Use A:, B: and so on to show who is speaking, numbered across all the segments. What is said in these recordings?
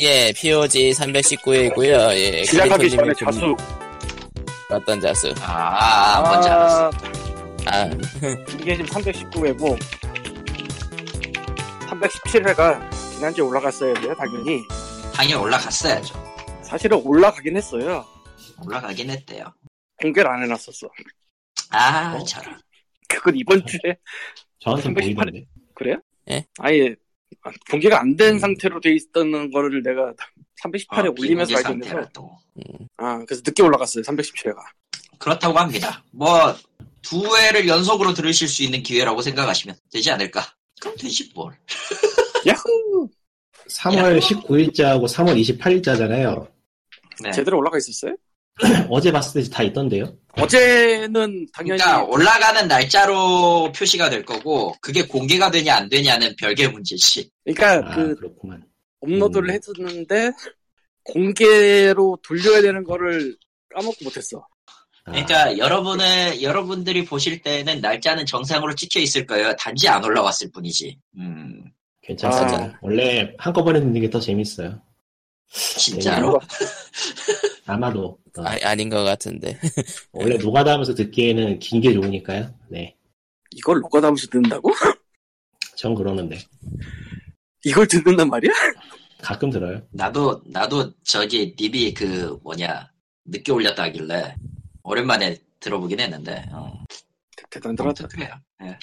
A: 예, POG 319회이고요. 예,
B: 시작하기 전에
A: 캐릭터님이 좀-
B: 자수
A: 어떤 자수?
C: 아, 뭔지 알았어.
A: 아,
B: 이게 지금 319회고 317회가 지난주에 올라갔어야 돼요 당연히
C: 당연히 올라갔어야죠.
B: 사실은 올라가긴 했어요
C: 올라가긴 했대요.
B: 공개를 안 해놨었어
C: 아,
B: 어?
C: 저런.
B: 그건
C: 네.
B: 이번 주에
D: 저한테
B: 삼백십팔-
D: 보이던데.
B: 그래요?
A: 예.
B: 아예 공개가 안 된
D: 음.
B: 상태로 돼 있던 거를 내가 318에
C: 어,
B: 올리면서
C: 비공개
B: 알게 돼서
C: 상태라 또.
B: 아 그래서 늦게 올라갔어요 317회가
C: 그렇다고 합니다. 뭐, 두 회를 연속으로 들으실 수 있는 기회라고 생각하시면 되지 않을까. 그럼 되지 뭘.
B: 야후
D: 3월 19일자하고 3월 28일자잖아요.
C: 네.
B: 제대로 올라가 있었어요?
D: 어제 봤을 때 다 있던데요.
B: 어제는 당연히
C: 그러니까 올라가는 날짜로 표시가 될 거고 그게 공개가 되냐 안 되냐는 별개 문제지.
B: 그러니까
D: 아,
B: 그
D: 그렇구만.
B: 업로드를
D: 음.
B: 했었는데 공개로 돌려야 되는 거를 까먹고 못했어.
D: 아,
C: 그러니까 여러분의 여러분들이 보실 때는 날짜는 정상으로 찍혀 있을 거예요. 단지 안 올라왔을 뿐이지. 음,
D: 괜찮습니다.
B: 아.
D: 원래 한꺼번에 듣는 게 더 재밌어요.
C: 진짜로.
B: 이유가-
D: 아마도. 어,
A: 아 아닌 것 같은데.
D: 원래 노가다 하면서 듣기에는 긴 게 좋으니까요. 네.
B: 이걸 녹아담으로 듣는다고?
D: 전 그러는데.
B: 이걸 듣는단 말이야?
D: 가끔 들어요.
C: 나도 나도 저기 님이 그 뭐냐 늦게 올렸다 하길래 오랜만에 들어보긴 했는데 어,
B: 대단하다.
D: 음.
C: 그래요. 예.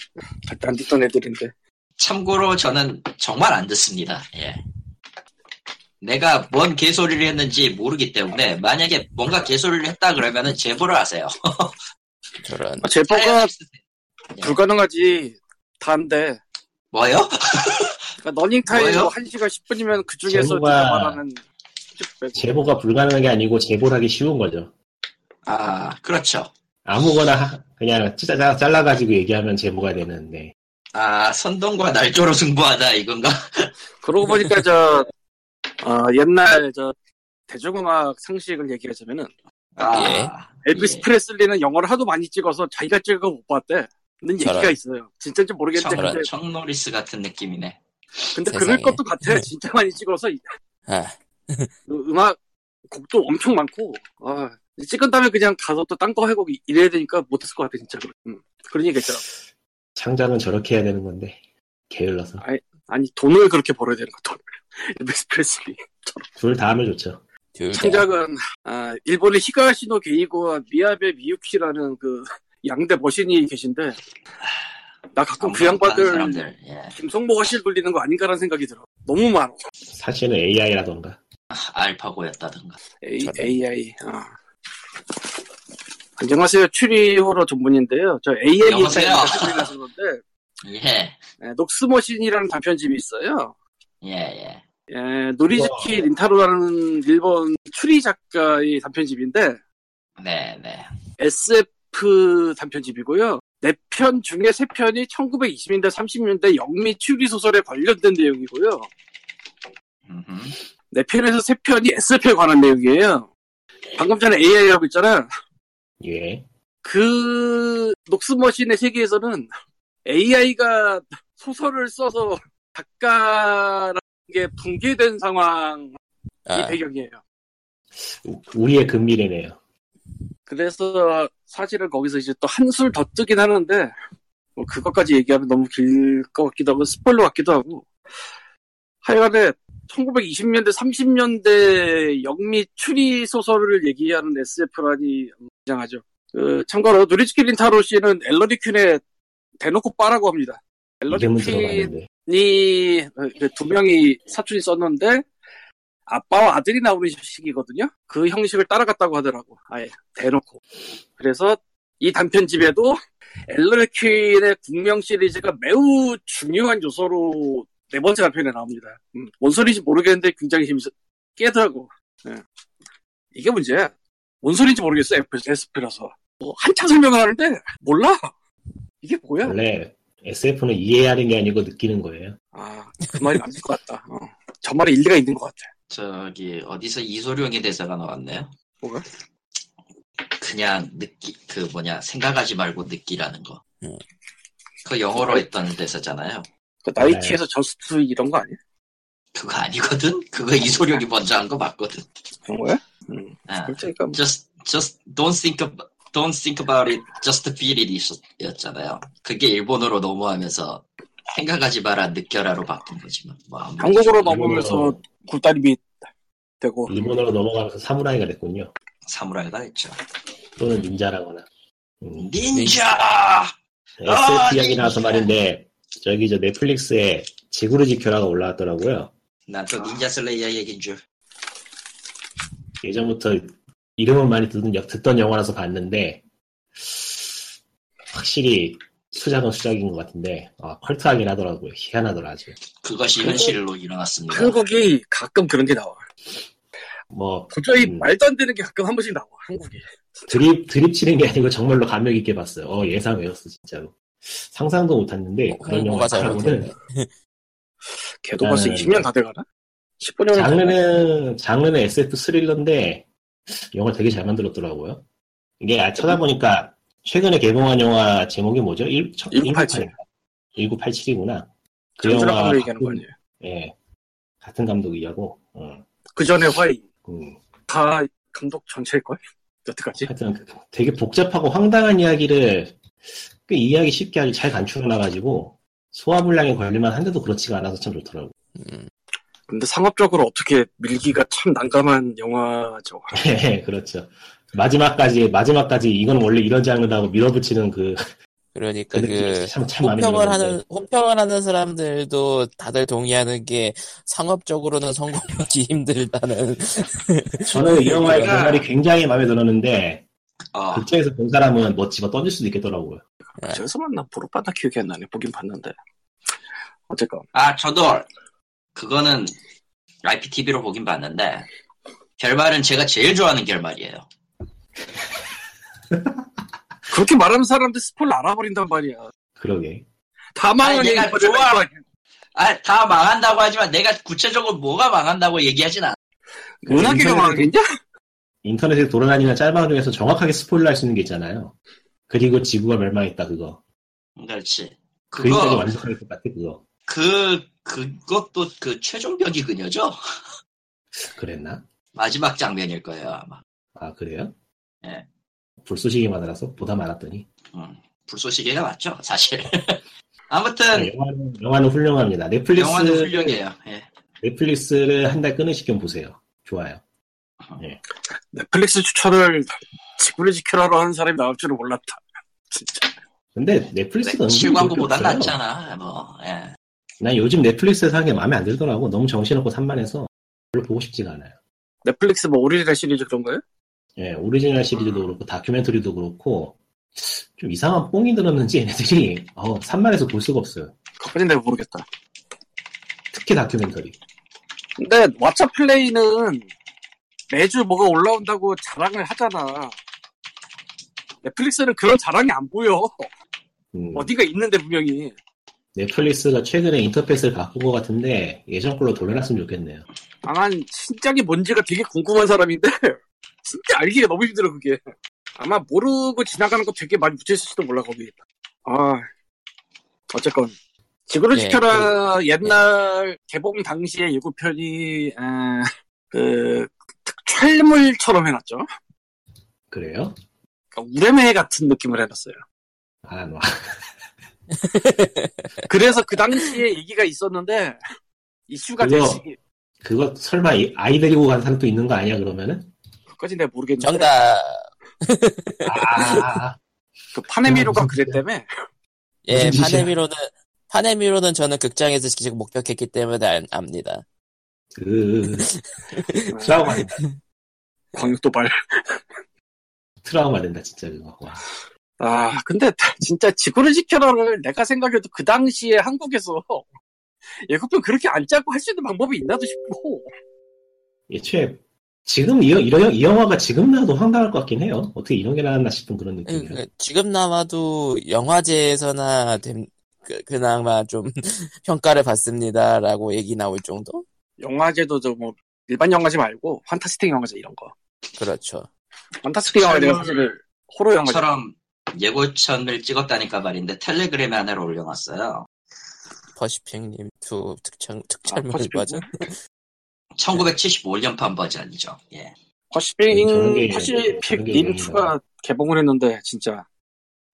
B: 절대 안 듣던 애들인데.
C: 참고로 저는 정말 안 듣습니다. 예. 내가 뭔 개소리를 했는지 모르기 때문에 만약에 뭔가 개소리를 했다 그러면은 제보를 하세요.
A: 저런.
B: 아, 제보가
C: 예.
B: 불가능하지. 다인데.
C: 뭐요?
B: 그러니까 러닝 타임이
C: 뭐예요?
B: 1시간 10분이면 그 중에서
D: 제보가-
B: 제가 말하는 10배.
D: 제보가 불가능한 게 아니고 제보를 하기 쉬운 거죠.
C: 아 그렇죠.
D: 아무거나 하- 그냥 찢어 잘라가지고 얘기하면 제보가 되는데. 네.
C: 아 선동과 날조로 승부하다 이건가?
B: 그러고 보니까 저 어, 옛날 저 대중음악 상식을 얘기하자면은
C: 아,
A: 예.
B: 엘비스
C: 예.
B: 프레슬리는 영어를 하도 많이 찍어서 자기가 찍은 못 봤대. 는 얘기가
A: 저런.
B: 있어요. 진짜인지 모르겠는데
A: 저런.
B: 근데
C: 청, 노리스 같은 느낌이네.
B: 근데
A: 세상에.
B: 그럴 것도
C: 네.
B: 같아. 진짜 많이 찍어서 이-
A: 아.
B: 그 음악 곡도 엄청 많고 아, 찍은 다음에 그냥 가서 또 딴 거 해고 이래야 되니까 못했을 것 같아 진짜. 음, 그런 얘기가 있잖아.
D: 창작은 저렇게 해야 되는 건데. 게을러서.
B: 아니 돈을 그렇게 벌어야 되는 거돈 엘비스 프레슬리.
D: 둘 다 하면 좋죠.
A: 둘 다.
B: 창작은 아, 일본의 히가시노 게이고와 미야베 미유키라는 그 양대 머신이 계신데 나 가끔 그
C: 아무것도 안 하는
B: 양반들
C: 사람들. 예.
B: 김성모 허실 돌리는 거 아닌가라는 생각이 들어. 너무 많아.
D: 사실은 AI라던가.
C: 아, 알파고였다든가.
B: A,
A: 저런.
B: AI. 아. 안녕하세요. 추리호러 전문인데요. 저 AI
C: 여보세요?
B: 하셨는데
C: 예.
B: 녹스머신이라는 단편집이 있어요.
C: 예, 예.
B: 예, 노리즈키 린타로라는 일본 추리 작가의 단편집인데
C: 네, 네.
B: SF 단편집이고요. 네 편 중에 세 편이 1920년대, 30년대 영미 추리 소설에 관련된 내용이고요.
C: 음흠.
B: 네 편에서 세 편이 SF에 관한 내용이에요. 방금 전에 AI 하고 있잖아.
D: 예.
B: 그 녹스머신의 세계에서는 AI가 소설을 써서 작가라는 게 붕괴된 상황이
A: 아,
B: 배경이에요.
D: 우- 우리의 금미래네요.
B: 그래서 사실은 거기서 이제 또 한술 더 뜨긴 하는데 뭐 그것까지 얘기하면 너무 길 것 같기도 하고 스포일러 같기도 하고 하여간에 1920년대 30년대 영미 추리 소설을 얘기하는 SF라니 굉장하죠. 그 참고로 누리츠키 린타로 씨는 엘러리 퀸의 대놓고 빠라고 합니다. 엘러리
D: 이름은
B: 퀸이
D: 들어가는데.
B: 그두 명이 사촌이 썼는데 아빠와 아들이 나오는 식이거든요. 그 형식을 따라갔다고 하더라고. 아예 대놓고. 그래서 이 단편집에도 엘런 퀸의 국명 시리즈가 매우 중요한 요소로 네 번째 단편에 나옵니다. 음, 뭔 소리인지 모르겠는데 굉장히 재밌어. 깨더라고. 예. 이게 문제야. 뭔 소리인지 모르겠어. SP라서. 뭐 한참 설명을 하는데 몰라. 이게 뭐야?
D: 원래 SF는 이해하는 게 아니고 느끼는 거예요.
B: 아, 그 말이 맞을 것 같다. 어. 저 말에 일리가 있는 것 같아.
C: 저기 어디서 이소룡의 대사가 나왔네요.
B: 뭐가?
C: 그냥 느끼 그 뭐냐 생각하지 말고 느끼라는 거.
A: 음.
C: 그 영어로 했던 대사잖아요.
D: 네.
B: 그 나이키에서 저스트 이런 거 아니야?
C: 그거 아니거든? 그거 이소룡이 먼저 한 거 맞거든.
B: 그런 거야?
C: 아,
B: 그러니까 뭐,
C: just, just don't think about, don't think about it, just feel it 있었- 였잖아요. 그게 일본어로 넘어가면서 생각하지 마라, 느껴라로 바꾼 거지. 뭐. 뭐 아무래도.
B: 한국으로 넘어오면서
D: 일본어로-
B: 굴다리미 되고
D: 일본어로 넘어가면서 사무라이가 됐군요.
C: 사무라이가 됐죠.
D: 또는 닌자라거나. 음,
C: 닌자! 아,
D: SF 이야기 나와서
C: 닌자.
D: 말인데 저기 저 넷플릭스에 지구를 지켜라가 올라왔더라고요. 아.
C: 난또 닌자 슬레이어 얘긴 줄.
D: 예전부터 이름을 많이 듣던, 듣던 영화라서 봤는데 확실히 수작은 수작인 것 같은데 아, 컬트하긴 하더라고요. 희한하더라 아주.
C: 그것이
B: 그거-
C: 현실로 일어났습니다.
B: 한국이 가끔 그런 게 나와.
D: 뭐
B: 도저히
D: 음.
B: 말도 안 되는 게 가끔 한 번씩 나와 한국이.
D: 드립 드립 치는 게 아니고 정말로 감명 깊게 봤어요. 어 예상 외웠어 진짜로. 상상도
B: 어,
D: 못했는데 그런 영화
A: 홍보가 뭐, 잘
D: 하고는
A: 됐네.
B: 걔도 벌써
D: 나는-
B: 20년 다 돼가나? 15년
D: 장르는 장르는 SF 스릴러인데 영화 되게 잘 만들었더라고요. 이게 아, 찾아보니까 최근에 개봉한 영화 제목이 뭐죠? 1,
B: 1987.
D: 1987이구나. 그
B: 전사라
D: 영화
B: 감독 얘기하는 거
D: 같은-
B: 아니에요?
D: 예. 같은 감독이라고. 어,
B: 그 전에 화이
D: 음.
B: 다 감독 전체일 걸? 여태까지?
D: 하여튼 그- 되게 복잡하고 황당한 이야기를 꽤 이해하기 쉽게 아주 잘 간추려놔가지고 소화불량에 걸릴만 한데도 그렇지가 않아서 참 좋더라고.
A: 음,
B: 근데 상업적으로 어떻게 밀기가 참 난감한 영화죠.
D: 예, 그렇죠. 마지막까지 마지막까지 이건 원래 이런 장르라고 밀어붙이는 그
A: 그러니까 그
D: 그 참참 많이
A: 호평을
D: 들었는데.
A: 하는 호평을 하는 사람들도 다들 동의하는 게 상업적으로는 성공하기 힘들다는
D: 저는 이 영화의
B: 그러니까-
D: 결말이 굉장히 마음에 들었는데
C: 어,
D: 극장에서 본 사람은 뭐 집어 던질 수도 있겠더라고요.
A: 네.
B: 저기서 만나 보르바다 기억이 안 나네. 보긴 봤는데. 어쨌건
C: 아, 저도 그거는 IPTV로 보긴 봤는데 결말은 제가 제일 좋아하는 결말이에요.
B: 그렇게 말하는 사람들 스포를 알아버린단 말이야.
D: 그러게.
B: 다 망하는
C: 아니, 얘가
B: 거잖아,
C: 좋아.
B: 이거 아니야.
C: 아, 다 망한다고 하지만 내가 구체적으로 뭐가 망한다고 얘기하진 않아.
B: 문학이가
C: 음.
D: 인터넷-
B: 망하겠냐?
D: 인터넷에 돌아다니는 짤방 중에서 정확하게 스포일러 할 수 있는 게 있잖아요. 그리고 지구가 멸망했다 그거.
C: 그렇지.
D: 그림까지
C: 그거
D: 완성할 것 같아 그거.
C: 그 그것도 그 최종벽이 그녀죠.
D: 그랬나?
C: 마지막 장면일 거예요 아마.
D: 아 그래요?
C: 예.
D: 불쏘시개 만들어서 보다 많았더니
C: 음, 불쏘시개가 맞죠 사실. 아무튼
D: 영화는, 영화는 훌륭합니다. 네, 넷플릭스
C: 영화는 훌륭해요. 예.
D: 넷플릭스를 한 달 끊으시면 보세요. 좋아요.
B: 넷플릭스 추천을 지구를 지켜라로 하는 사람이 나올 줄은 몰랐다. 진짜.
D: 근데
C: 네.
D: 넷플릭스가 은근히
C: 실광구보다
D: 그렇게 없어요.
C: 낫잖아. 뭐 예.
D: 난 요즘 넷플릭스에서 하는 게 마음에 안 들더라고. 너무 정신없고 산만해서 별로 보고 싶지가 않아요.
B: 넷플릭스 뭐 오리지널 시리즈 그런 거예요?
D: 예, 오리지널 시리즈도 그렇고 다큐멘터리도 그렇고 좀 이상한 뽕이 들었는지 얘네들이 어, 산만해서 볼 수가 없어요.
B: 그거는 내가 모르겠다.
D: 특히 다큐멘터리.
B: 근데 왓챠 플레이는 매주 뭐가 올라온다고 자랑을 하잖아. 넷플릭스는 그런 자랑이 안 보여.
D: 음,
B: 어디가 있는데 분명히.
D: 넷플릭스가 최근에 인터페이스를 바꾼 것 같은데 예전 걸로 돌려놨으면 좋겠네요.
B: 아, 난 신작이 뭔지가 되게 궁금한 사람인데 진짜 알기가 너무 힘들어 그게. 아마 모르고 지나가는 거 되게 많이 묻혀있을지도 몰라 거기. 아 어쨌건 지구를
A: 예,
B: 지켜라 옛날 개봉 당시의 예고편이 아, 그 철물처럼 해놨죠.
D: 그래요?
B: 그러니까 우레메 같은 느낌을 해놨어요.
D: 아, 뭐,
A: 네.
B: 그래서 그 당시에 얘기가 있었는데 이슈가 될
D: 그거-
B: 시기
D: 그거 설마 이- 아이 데리고 간 사람도 있는 거 아니야 그러면은?
B: 그까지 내가 모르겠는데
A: 정답
D: 아, 아, 아.
B: 그 파네미로가
D: 무슨
B: 그랬다며
A: 예
D: 무슨 짓이야?
A: 파네미로는 파네미로는 저는 극장에서 직접 목격했기 때문에 알- 압니다
D: 그 트라우마
B: 어, 광역도발
D: 트라우마 된다 진짜 그거. 와.
B: 아, 근데 진짜 지구를 지켜라를 내가 생각해도 그 당시에 한국에서 예고편 그렇게 안 짜고 할 수 있는 방법이 있나도 싶고.
D: 예초에 지금 이, 이런 이 영화가 지금 나도 황당할 것 같긴 해요. 어떻게 이런 게 나왔나 싶은 그런
A: 예,
B: 음.
D: 느낌이에요.
A: 그- 지금 나와도 영화제에서나 됨- 그, 그나마 좀 평가를 받습니다라고 얘기 나올 정도
B: 영화제도 저 뭐 일반 영화제 말고 판타스틱 영화제 이런 거.
A: 그렇죠
B: 판타스틱 영화제가 사실 호러 영화제. 아,
C: 처럼 예고편을 찍었다니까 말인데 텔레그램에 하나를 올려놨어요.
A: 퍼시픽님 2 특창 특촬물
B: 아, 퍼시픽
A: 버전
C: 1975년판 버전이죠. 예.
B: 퍼시픽
D: 네, 저는 게- 저는 게
B: 퍼시픽
D: 유명해요.
B: 투가 개봉을 했는데 진짜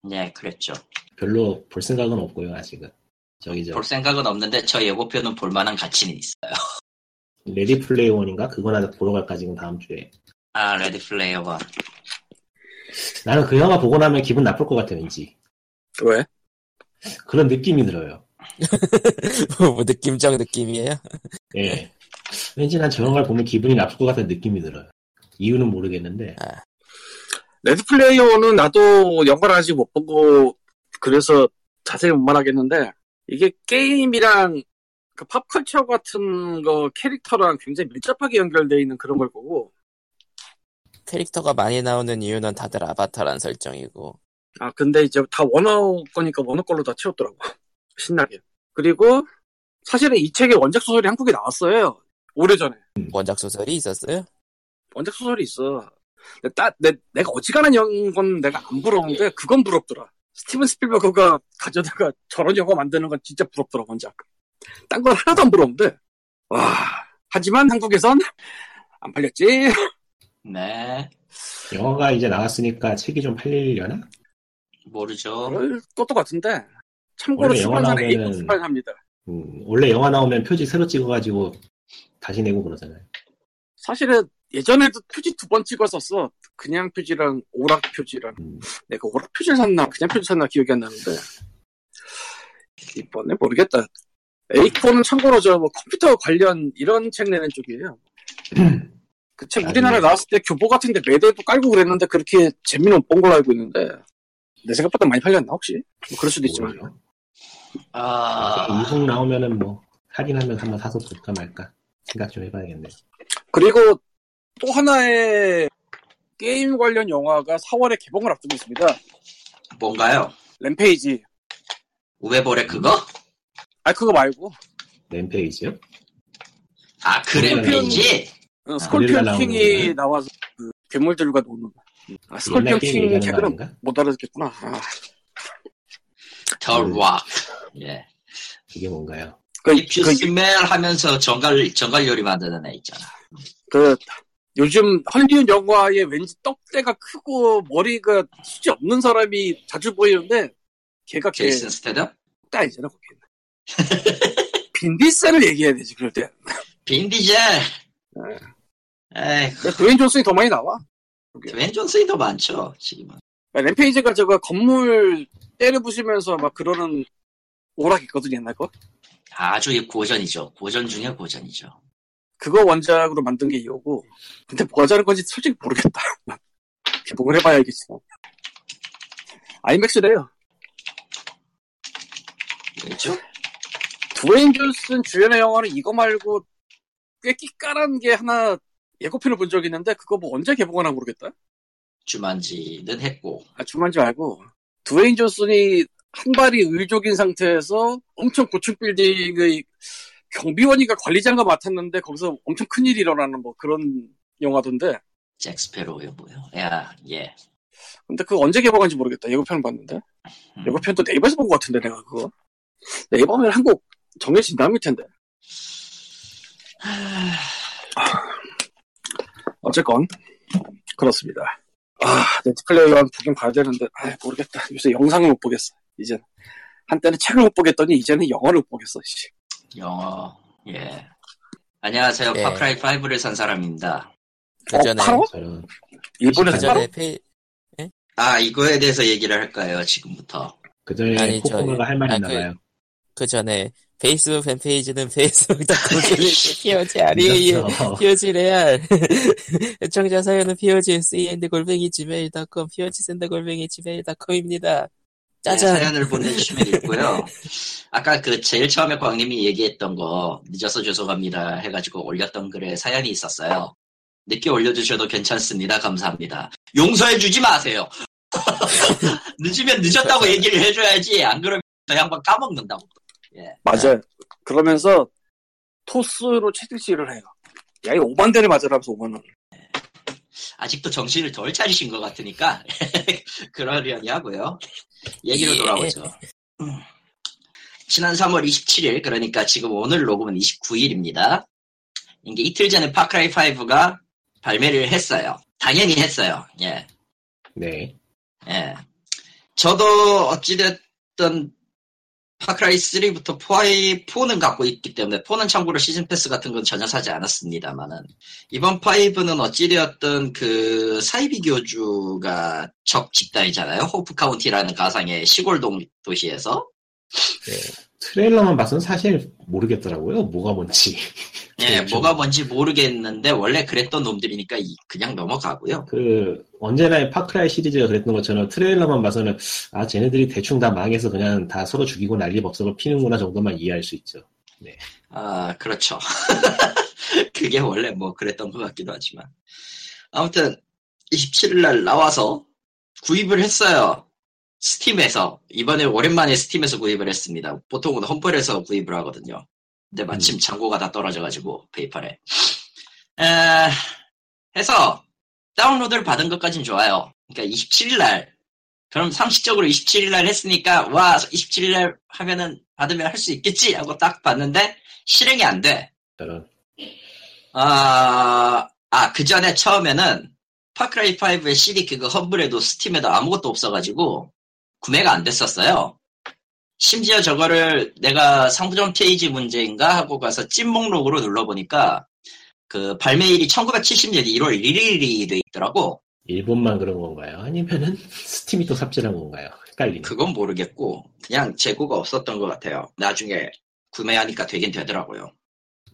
C: 네, 그랬죠.
D: 별로 볼 생각은 없고요 아직은 저기
B: 예.
D: 저
C: 볼 생각은 없는데 저 예고편은 볼 만한 가치는 있어요.
D: 레디 플레이 원인가 그거나 보러 갈까 지금 다음 주에
C: 아, 레디 플레이어 원.
D: 나는 그 영화 보고 나면 기분 나쁠 것 같아 왠지
B: 왜?
D: 그런 느낌이 들어요
A: 뭐 느낌적 느낌이에요.
D: 예 왠지 난 저런 걸 보면 기분이 나쁠 것 같은 느낌이 들어요 이유는 모르겠는데
B: 레드 플레이어는 나도 영화를 아직 못 보고 그래서 자세히 못 말하겠는데 이게 게임이랑 그 팝컬처 같은 거 캐릭터랑 굉장히 밀접하게 연결되어 있는 그런 걸 보고
A: 캐릭터가 많이 나오는 이유는 다들 아바타란 설정이고
B: 아 근데 이제 다 원어 거니까 원어 걸로 다 채웠더라고 신나게 그리고 사실은 이 책의 원작 소설이 한국에 나왔어요 오래전에
A: 원작 소설이 있었어요.
B: 원작 소설이 있어 근데 따, 내, 내가 어지간한 영건 내가 안 부러운데 그건 부럽더라 스티븐 스필버그가 가져다가 저런 영화 만드는 건 진짜 부럽더라 원작 딴 건 하나도 안 부러운데 와 하지만 한국에선 안 팔렸지
C: 네,
D: 영화가 이제 나왔으니까 책이 좀 팔리려나?
C: 모르죠.
B: 그럴 것도 같은데 참고로
D: 어. 원래 영화
B: 출판사는
D: 나오면은-
B: A급 출판사입니다
D: 음, 원래 영화 나오면 표지 새로 찍어가지고 다시 내고 그러잖아요
B: 사실은 예전에도 표지 두 번 찍었었어. 그냥 표지랑 오락 표지랑.
D: 음.
B: 내가 오락 표지를 샀나 그냥 표지 샀나 기억이 안 나는데. 이번에 모르겠다. 에이코는 참고로 저 뭐 컴퓨터 관련 이런 책 내는 쪽이에요. 그 책 우리나라에 나왔을 때 교보 같은데 매대도 깔고 그랬는데 그렇게 재미는 못 본 걸로 알고 있는데 내 생각보다 많이 팔렸나 혹시? 뭐 그럴 수도 있지만
D: 모르죠.
C: 아,
D: 이북 나오면은 뭐 할인하면 한번 사서 볼까 말까 생각 좀 해봐야겠네.
B: 그리고 또 하나의 게임 관련 영화가 4월에 개봉을 앞두고 있습니다.
C: 뭔가요?
B: 램페이지
C: 우베볼의 그거?
B: 아 그거 말고
D: 램페이지요?
C: 아, 그램페이지?
B: 어, 스콜피언
D: 아, 고릴라
B: 킹이
D: 나오는
B: 나와서 그 괴물들과 노는 아,
D: 옛날
B: 스콜피언
D: 게임
B: 킹
D: 얘기하는 거
B: 최근에
D: 아닌가?
B: 못 알아듣겠구나 아,
C: 더
D: 음.
C: 락. 예.
D: 그게 뭔가요?
B: 네. 그,
C: If you
B: 그,
C: smell 하면서 정갈, 정갈 요리 만드는 애 있잖아.
B: 그, 요즘 헐리우드 영화에 왠지 떡대가 크고 머리가 수지 없는 사람이 자주 보이는데 걔가 걔
C: 제이슨 스테덤?
B: 딸이잖아 거기 빈디셀을 얘기해야 되지 그럴 때
C: 빈디젤! 에이,
B: 근데 드웨인 존슨이 더 많이 나와
C: 웬 존슨이 더 많죠, 지금은.
B: 그러니까 램페이지가 저거 건물 때려 부수면서 막 그러는 오락 있거든 옛날 거
C: 아주 고전이죠. 고전 중에 고전이죠.
B: 그거 원작으로 만든 게 이거고 근데 뭐 하자는 건지 솔직히 모르겠다 개봉을 해봐야 알겠어 아이맥스래요
C: 그렇죠?
B: 두웨인 존슨 주연의 영화는 이거 말고 꽤 끼깔한 게 하나 예고편을 본 적이 있는데 그거 뭐 언제 개봉하나 모르겠다
C: 주만지는 했고.
B: 아 주만지 말고 두웨인 존슨이 한 발이 의족인 상태에서 엄청 고층 빌딩의 경비원이가 관리장과 맡았는데 거기서 엄청 큰일이 일어나는 뭐 그런 영화던데
C: 잭스페로요, 뭐요. 야, 예.
B: 근데 그거 언제 개봉한지 모르겠다. 예고편을 봤는데.
C: 음.
B: 예고편도 네이버에서 본 것 같은데, 내가 그거. 네이버면 한국 정해진 다음일 텐데. 어쨌건, 그렇습니다. 아, 네트플레이어는 보긴 봐야 되는데, 아, 모르겠다. 요새 영상을 못 보겠어. 이젠. 한때는 책을 못 보겠더니, 이제는 영화를 못 보겠어, 씨.
C: 영어, 예. 안녕하세요.
A: 예.
C: 파크라이 5를 산 사람입니다.
A: 그 전에
B: 어, 팔아?
D: 저런
A: 그
B: 일본에서
A: 전에 페이
C: 아, 이거에 대해서 얘기를 할까요, 지금부터?
D: 그 전에
A: 아니,
D: 코코마가
A: 저기-
D: 할 말이
A: 아,
D: 있나봐요.
A: 그 전에 페이스북 팬페이지는 페이스북닷컴을 피오지 아리에 예,
D: 늦었어.
A: 피오지 레알 애청자 사연은 피오지 SEND 골뱅이 지메일닷컴 피오지 센다 골뱅이 지메일닷컴입니다.
C: 네,
A: 짜잔. 네.
C: 사연을 보내주시면 있고요. 아까 그 제일 처음에 광님이 얘기했던 거 늦어서 죄송합니다 해가지고 올렸던 글에 사연이 있었어요. 늦게 올려주셔도 괜찮습니다. 감사합니다. 용서해주지 마세요. 늦으면 늦었다고 얘기를 해줘야지. 안 그러면 저 양반 까먹는다고. 예.
B: 맞아요. 그러면서, 토스로 채찍질을 해요. 야, 이 5만 대를 맞으라면서 5만 원.
C: 아직도 정신을 덜 차리신 것 같으니까 그러려니 하고요. 얘기로
A: 예.
C: 돌아오죠. 지난 3월 27일, 그러니까 지금 오늘 녹음은 29일입니다. 이게 이틀 전에 파크라이 5가 발매를 했어요. 당연히 했어요. 예,
D: 네.
C: 예. 저도 어찌됐든 파크라이 3부터 4에, 4는 갖고 있기 때문에 4는 참고로 시즌 패스 같은 건 전혀 사지 않았습니다만은 이번 5는 어찌되었든 그 사이비 교주가 적 집단이잖아요. 호프 카운티라는 가상의 시골 동 도시에서
D: 트레일러만 봐서는 사실 모르겠더라고요. 뭐가 뭔지.
C: 예,
D: 그렇죠.
C: 뭐가 뭔지 모르겠는데 원래 그랬던 놈들이니까 이- 그냥 넘어가고요.
D: 그 언제나 파크라이 시리즈가 그랬던 것처럼 트레일러만 봐서는 아 쟤네들이 대충 다 망해서 그냥 다 서로 죽이고 난리 법석을 피는구나 정도만 이해할 수 있죠.
C: 아, 그렇죠. 그게 원래 뭐 그랬던 것 같기도 하지만. 아무튼, 27일날 나와서 구입을 했어요. 스팀에서. 이번에 오랜만에 스팀에서 구입을 했습니다. 보통은 홈플에서 구입을 하거든요. 근데 마침 잔고가 다 떨어져가지고, 페이팔에. 에, 해서 다운로드를 받은 것까진 좋아요. 그러니까 27일날. 그럼 상식적으로 27일날 했으니까, 와, 27일날 하면은 받으면 할 수 있겠지! 하고 딱 봤는데, 실행이 안 돼.
D: 저런
C: 아, 아, 그 전에 처음에는 파크라이 5의 CD 그거 험블에도 스팀에도 아무것도 없어가지고 구매가 안 됐었어요. 심지어 저거를 내가 상부전 페이지 문제인가 하고 가서 찐 목록으로 눌러보니까 그 발매일이 1970년 1월 1일이 돼 있더라고.
D: 일본만 그런 건가요? 아니면은 스팀이 또 삽질한 건가요? 헷갈리네.
C: 그건 모르겠고 그냥 재고가 없었던 것 같아요. 나중에 구매하니까 되긴 되더라고요.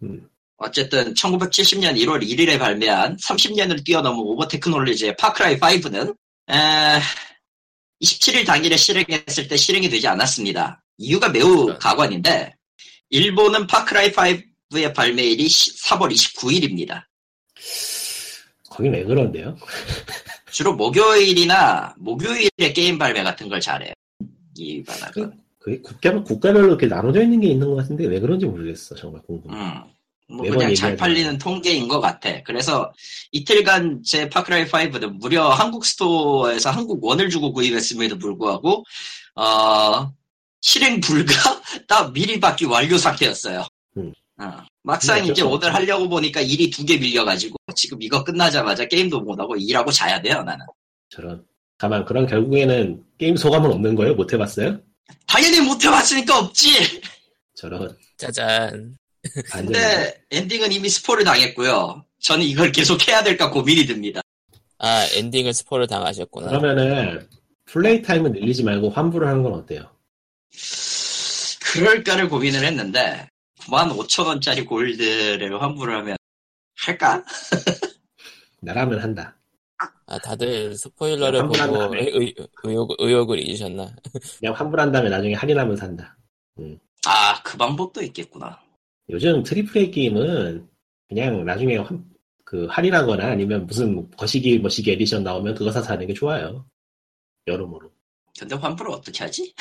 D: 음.
C: 어쨌든 1970년 1월 1일에 발매한 30년을 뛰어넘은 오버테크놀리지의 파크라이 5는 27일 당일에 실행했을 때 실행이 되지 않았습니다. 이유가 매우
A: 그러니까.
C: 가관인데 일본은 파크라이 5의 발매일이 4월 29일입니다.
D: 거긴 왜 그런데요?
C: 주로 목요일이나 목요일에 게임 발매 같은 걸 잘해요. 이 만화가.
D: 그게 국가, 국가별로 이렇게 나눠져 있는 게 있는 것 같은데 왜 그런지 모르겠어. 정말 궁금해.
C: 음. 뭐
D: 매번
C: 그냥 잘
D: 얘기하잖아요.
C: 팔리는 통계인 것 같아. 그래서 이틀간 제 파크라이 5는 무려 한국 스토어에서 한국 원을 주고 구입했음에도 불구하고 어, 실행 불가 딱 미리 받기 완료 상태였어요.
D: 음.
C: 어, 막상
D: 근데
C: 이제
D: 어쩔
C: 오늘
D: 수 없죠.
C: 하려고 보니까 일이 두 개 밀려가지고 지금 이거 끝나자마자 게임도 못하고 일하고 자야 돼요 나는.
D: 저런. 다만 그런 결국에는 게임 소감은 없는 거예요? 못 해봤어요?
C: 당연히 못 해봤으니까 없지.
D: 저런.
A: 짜잔.
D: 반전.
C: 근데 엔딩은 이미 스포를 당했고요. 저는 이걸 계속 해야 될까 고민이 듭니다.
A: 아, 엔딩을 스포를 당하셨구나.
D: 그러면은 플레이 타임은 늘리지 말고 환불을 하는 건 어때요?
C: 그럴까를 고민을 했는데 95,000원짜리 골드를 환불을 하면 할까?
D: 나라면 한다.
A: 아, 다들 스포일러를 보고
D: 환불하는 거 아니에요?
A: 의, 욕 의욕을 잊으셨나?
D: 그냥 환불한 다음에 나중에 할인하면 산다.
C: 아, 그 방법도 있겠구나.
D: 요즘 트리플 A 게임은 그냥 나중에 환- 그 할인하거나 아니면 무슨 거시기 머시기 에디션 나오면 그거 사서 하는 게 좋아요. 여러모로.
C: 근데 환불을 어떻게 하지?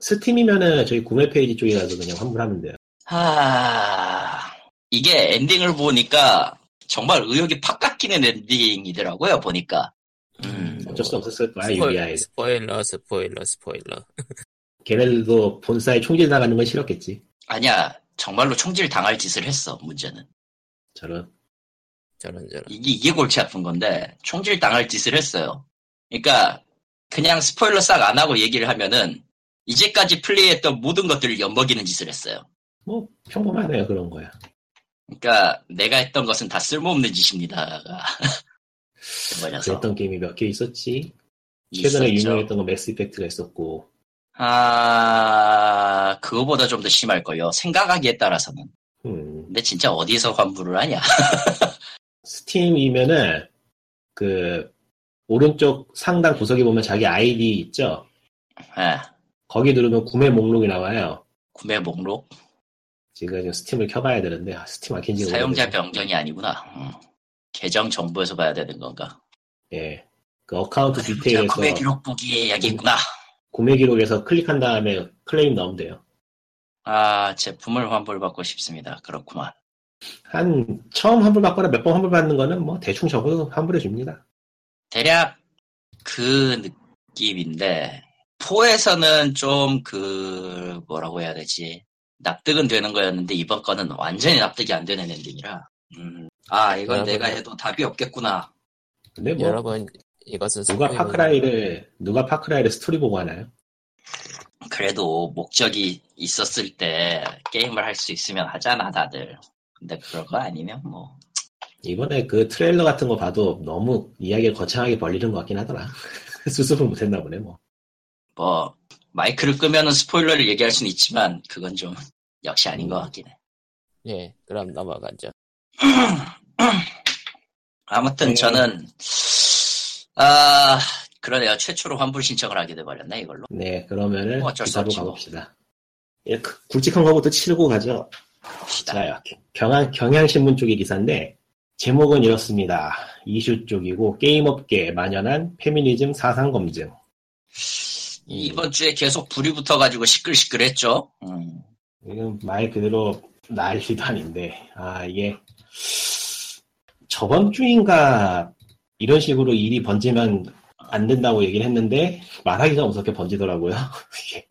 D: 스팀이면은 저희 구매 페이지 쪽에 가서 그냥 환불하면 돼요.
C: 하... 이게 엔딩을 보니까 정말 의욕이 팍 깎이는 엔딩이더라고요, 보니까. 음,
D: 어쩔 수 없었을 거야,
A: 스포,
D: 유비아이.
A: 스포일러, 스포일러, 스포일러.
D: 걔네들도 본사에 총질 나가는 건 싫었겠지.
C: 아니야. 정말로 총질 당할 짓을 했어, 문제는.
D: 저런.
A: 저런 저런.
C: 이게, 이게 골치 아픈 건데, 총질 당할 짓을 했어요. 그러니까, 그냥 스포일러 싹 안 하고 얘기를 하면은, 이제까지 플레이했던 모든 것들을 엿먹이는 짓을 했어요.
D: 뭐, 평범하네요, 그런 거야.
C: 그러니까, 내가 했던 것은 다 쓸모없는 짓입니다. 가 거라서.
D: 그랬던 게임이 몇 개 있었지. 최근에
C: 있었죠.
D: 유명했던 건 맥스 이펙트가 있었고,
C: 아, 그거보다 좀 더 심할 거요. 생각하기에 따라서는.
D: 음,
C: 근데 진짜 어디서 환불을 하냐?
D: 스팀이면은, 그, 오른쪽 상단 구석에 보면 자기 아이디 있죠?
C: 예,
D: 거기 누르면 구매 목록이 나와요.
C: 구매 목록,
D: 제가 지금 스팀을 켜봐야 되는데, 아, 스팀 안켠지
C: 사용자 변경이 아니구나. 음. 계정 정보에서 봐야 되는 건가?
D: 예. 그 어카운트
C: 제가
D: 디테일에서,
C: 아, 그렇죠. 구매 기록 보기에 여기 있구나.
D: 구매 기록에서 클릭한 다음에 클레임 넣으면 돼요.
C: 아, 제품을 환불받고 싶습니다. 그렇구만.
D: 한, 처음 환불받거나 몇 번 환불받는 거는 뭐, 대충 적어도 환불해줍니다.
C: 대략 그 느낌인데, 포에서는 좀 그 뭐라고 해야 되지 납득은 되는 거였는데 이번 거는 완전히 납득이 안 되는 엔딩이라 음, 아 이건
A: 여러분.
C: 내가 해도 답이 없겠구나
D: 근데 뭐
A: 여러분 이것은
D: 누가
A: 스포일러입니다.
D: 파크라이를 누가 파크라이를 스토리 보고 하나요?
C: 그래도 목적이 있었을 때 게임을 할 수 있으면 하잖아 다들 근데 그럴 거 아니면 뭐
D: 이번에 그 트레일러 같은 거 봐도 너무 이야기를 거창하게 벌리는 것 같긴 하더라. 수습을 못했나 보네 뭐.
C: 뭐 마이크를 끄면은 스포일러를 얘기할 수는 있지만 그건 좀 역시 아닌 것 같긴 해.
A: 예, 그럼 넘어가죠.
C: 아무튼
D: 네.
C: 저는 아 그러네요. 최초로 환불 신청을 하게 돼 버렸네 이걸로.
D: 네 그러면은
C: 뭐 어쩔 수
D: 기사로
C: 없지 뭐.
D: 가봅시다. 예, 그- 굵직한 거부터 치르고 가죠.
C: 갑시다.
D: 자요. 경향, 경향신문 쪽의 기사인데, 제목은 이렇습니다. 이슈 쪽이고, 게임업계에 만연한 페미니즘 사상검증.
C: 이번 주에 계속 불이 붙어가지고 시끌시끌했죠. 음.
D: 이건 말 그대로 난리도 아닌데, 아, 이게, 저번 주인가, 이런 식으로 일이 번지면 안 된다고 얘기를 했는데, 말하기가 무섭게 번지더라고요. 이게,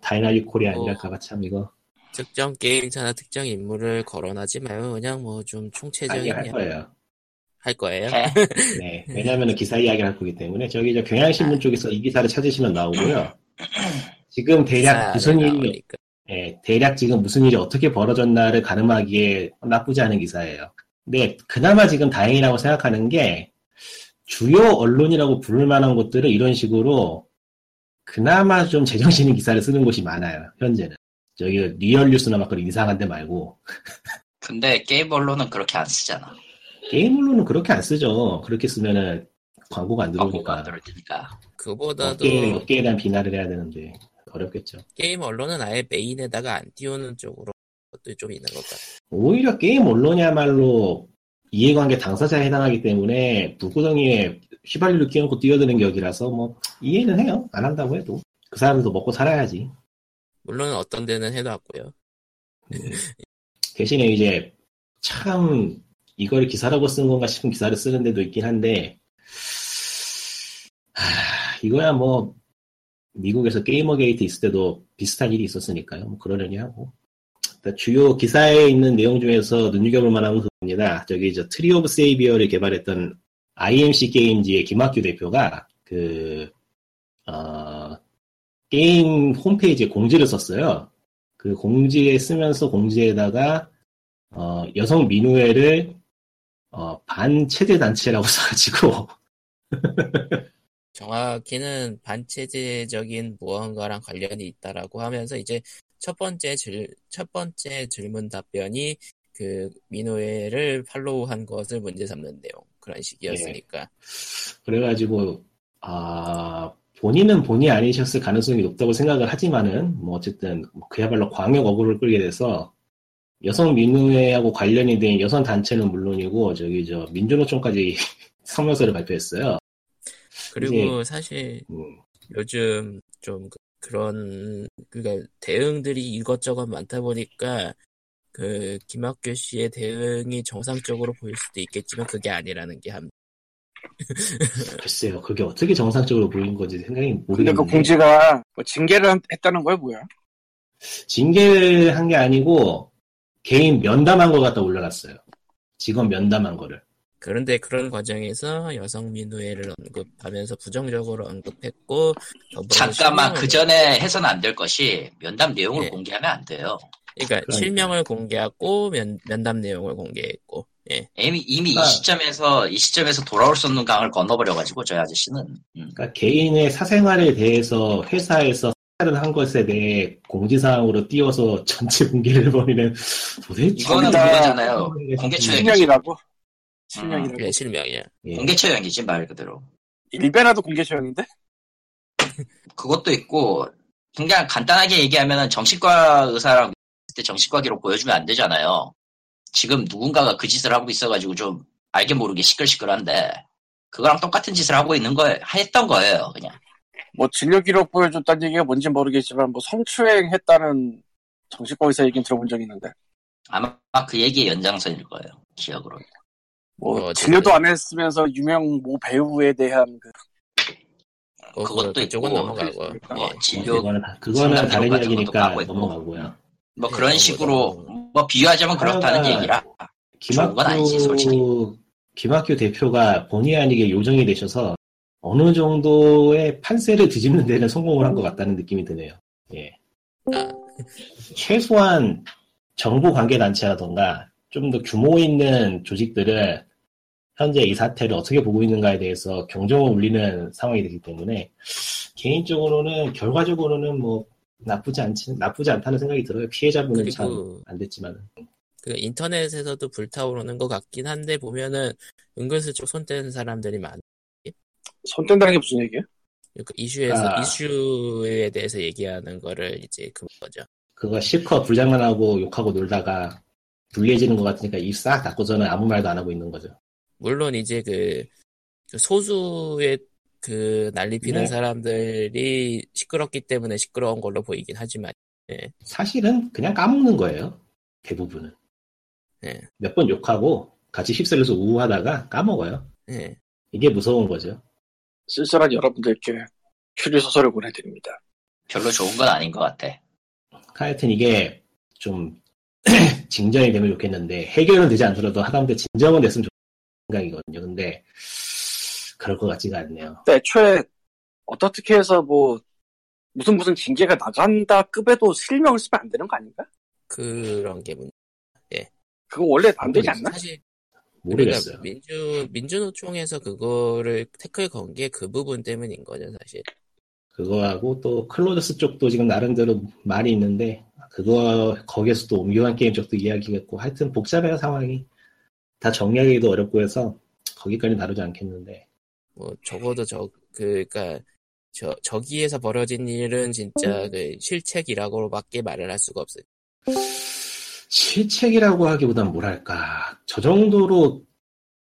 D: 다이나믹 코리아니라
A: 어.
D: 가바참 이거.
A: 특정 게임사나 특정 인물을 거론하지 말고 그냥 뭐 좀 총체적인
D: 아니, 할
A: 이야기
D: 거예요.
A: 할 거예요.
C: 해.
D: 네, 왜냐하면 기사 이야기를 할 거기 때문에 저기 저
A: 아.
D: 경향신문 쪽에서 이 기사를 찾으시면 나오고요. 지금 대략 무슨
A: 기사를
D: 일이,
A: 나오니까.
D: 예, 대략 지금 무슨 일이 어떻게 벌어졌나를 가늠하기에 나쁘지 않은 기사예요. 근데 그나마 지금 다행이라고 생각하는 게 주요 언론이라고 부를 만한 곳들은 이런 식으로 그나마 좀 제정신인 기사를 쓰는 곳이 많아요. 현재는 저기 리얼뉴스나 막 그런 이상한 데 말고
C: 근데 게임 언론은 그렇게 안 쓰잖아.
D: 게임 언론은 그렇게 안 쓰죠. 그렇게 쓰면은 광고가 안
A: 아,
C: 광고가 안
D: 들어오니까.
C: 들어올 테니까.
A: 그보다도
D: 업계, 업계에 어, 대한 비난을 해야 되는데 어렵겠죠.
A: 게임 언론은 아예 메인에다가 안 띄우는 쪽으로 것도 좀 있는 것 같아요.
D: 오히려 게임 언론이야말로 이해관계 당사자에 해당하기 때문에 불구덩이에 휘발유를 끼얹고 뛰어드는 격이라서 뭐 이해는 해요. 안 한다고 해도 그 사람도 먹고 살아야지.
A: 물론 어떤 데는 해놨고요.
D: 대신에 이제 참 이걸 기사라고 쓴 건가 싶은 기사를 쓰는 데도 있긴 한데 하, 이거야 뭐 미국에서 게이머 게이트 있을 때도 비슷한 일이 있었으니까요. 뭐 그러려니 하고 일단 주요 기사에 있는 내용 중에서 눈여겨볼 만한 건 그겁니다. 저기 저 트리 오브 세이비어를 개발했던 IMC 게임즈의 김학규 대표가 그 어, 게임 홈페이지에 공지를 썼어요. 그 공지에 쓰면서 공지에다가 어, 여성 민우회를 어, 반체제 단체라고 써가지고
A: 정확히는 반체제적인 무언가랑 관련이 있다라고 하면서 이제 첫 번째 질, 첫 번째 질문 답변이 그 민호회를 팔로우한 것을 문제 삼는 내용 그런 식이었으니까
D: 그래가지고 아 본인은 본이 아니셨을 가능성이 높다고 생각을 하지만은 뭐 어쨌든 그야말로 광역 어그를 끌게 돼서 여성 민우회하고 관련이 된 여성 단체는 물론이고 저기 저 민주노총까지 성명서를 발표했어요.
A: 그리고 사실
D: 음,
A: 요즘 좀 그- 그런 그러니까 대응들이 이것저것 많다 보니까 그 김학규 씨의 대응이 정상적으로 보일 수도 있겠지만 그게 아니라는 게 한.
D: 글쎄요 그게 어떻게 정상적으로 보인 건지 생각이
B: 근데
D: 모르겠는데
B: 그 공지가 뭐 징계를 한- 했다는 거야 뭐야?
D: 징계를 한 게 아니고 개인 면담한 거 갖다 올려놨어요. 직원 면담한 거를.
A: 그런데 그런 과정에서 여성 민우회를 언급하면서 부정적으로 언급했고 더불어
D: 네.
C: 잠깐만
A: 실명을-
C: 그 전에 해서는 안 될 것이 면담 내용을
D: 네.
A: 예.
C: 공개하면 안 돼요.
A: 그러니까
D: 그러니까.
A: 실명을 공개하고 면, 면담 내용을 공개했고 예
C: 이미, 이미
D: 아.
C: 이 시점에서 이 시점에서 돌아올 수 없는 강을 건너버려가지고 저희 아저씨는 음.
D: 그러니까 개인의 사생활에 대해서 회사에서 사찰을 한 것에 대해 공지사항으로 띄워서 전체 공개를 해버리는 도대체
C: 이거는
B: 거기다
C: 그거잖아요. 공개
D: 음,
C: 추행.
B: 실명이라고. 실명이라고.
A: 그게 실명이야
D: 예.
C: 공개 처형이지 말 그대로.
B: 일배라도 공개 처형인데?
C: 그것도 있고 그냥 간단하게 얘기하면 정신과 의사랑 했을 때 정신과 기록 보여주면 안 되잖아요. 지금 누군가가 그 짓을 하고 있어가지고 좀 알게 모르게 시끌시끌한데 그거랑 똑같은 짓을 하고 있는 거에 했던 거예요. 그냥
B: 뭐 진료 기록 보여줬다는 얘기가 뭔지 모르겠지만 뭐 성추행했다는 정신과 의사 얘기는 들어본 적 있는데
C: 아마 그 얘기의 연장선일 거예요. 기억으로.
B: 뭐
A: 어,
D: 네.
B: 진료도 안 했으면서 유명 모 배우에 대한 그
A: 그-
C: 그것도
A: 그쪽은
C: 있고,
A: 넘어가고. 예.
B: 그러니까.
C: 뭐 진료
D: 그거는, 다- 그거는 다른
C: 상담 같은 것도
D: 이야기니까
C: 하고 있고.
D: 넘어가고요.
C: 뭐
A: 예,
C: 그런
A: 그런
C: 식으로
A: 거죠.
C: 뭐 비유하자면 그렇다는
D: 하나가-
C: 얘기라 좋은 건 아니지, 솔직히.
D: 김학규 김학규 대표가 본의 아니게 요정이 되셔서 어느 정도의 판세를 뒤집는 데는 성공을 한 것 같다는 느낌이 드네요. 예.
A: 아.
D: 최소한 정보 관계 단체라던가 좀 더 규모 있는 조직들을 현재 이 사태를 어떻게 보고 있는가에 대해서 경종을 울리는 상황이 되기 때문에 개인적으로는 결과적으로는 뭐 나쁘지 않지 나쁘지 않다는 생각이 들어요. 피해자분은 참 안
A: 그리고
D: 됐지만.
A: 그 인터넷에서도 불타오르는 것 같긴 한데 보면은 은근슬쩍 손대는 사람들이 많.
B: 손 뗀다는 게 무슨 얘기야?
A: 그 이슈에서
D: 아.
A: 이슈에 대해서 얘기하는 거를 이제 그거죠.
D: 그거 실컷 불장난하고 욕하고 놀다가 불리해지는 것 같으니까 입 싹 닫고서는 아무 말도 안 하고 있는 거죠.
A: 물론 이제 그, 그 소수의 그 난리피는
D: 네.
A: 사람들이 시끄럽기 때문에 시끄러운 걸로 보이긴 하지만
D: 사실은 그냥 까먹는 거예요. 대부분은.
A: 네.
D: 몇 번 욕하고 같이 휩쓸려서 우우하다가 까먹어요.
A: 예.
D: 이게 무서운 거죠.
B: 쓸쓸한 여러분들께 추리소설을 보내드립니다.
C: 별로 좋은 건 아닌 것 같아.
D: 하여튼 이게 좀 진정이 되면 좋겠는데 해결은 되지 않더라도 하다못해 진정은 됐으면 좋겠는 생각이거든요. 근데 그럴 것 같지가 않네요.
B: 근데 애초에 어떻게 해서 뭐 무슨 무슨 징계가 나간다 급에도 실명을 쓰면 안 되는 거 아닌가?
A: 그런 게 문제.
B: 그거 원래 안
D: 아,
B: 되지 않나?
A: 사실
D: 모르겠어요.
A: 그러니까 민주 민주노총에서 그거를 태클 건 게 그 부분 때문인 거죠 사실.
D: 그거하고 또 클로저스 쪽도 지금 나름대로 말이 있는데 그거 거기에서 또 옮겨간 게임 쪽도 이야기했고 하여튼 복잡해요 상황이 다 정리하기도 어렵고 해서 거기까지 다루지 않겠는데
A: 뭐 적어도 저 그니까 그러니까 저 저기에서 벌어진 일은 진짜 그 실책이라고밖에 말을 할 수가 없어요.
D: 실책이라고 하기보단 뭐랄까 저 정도로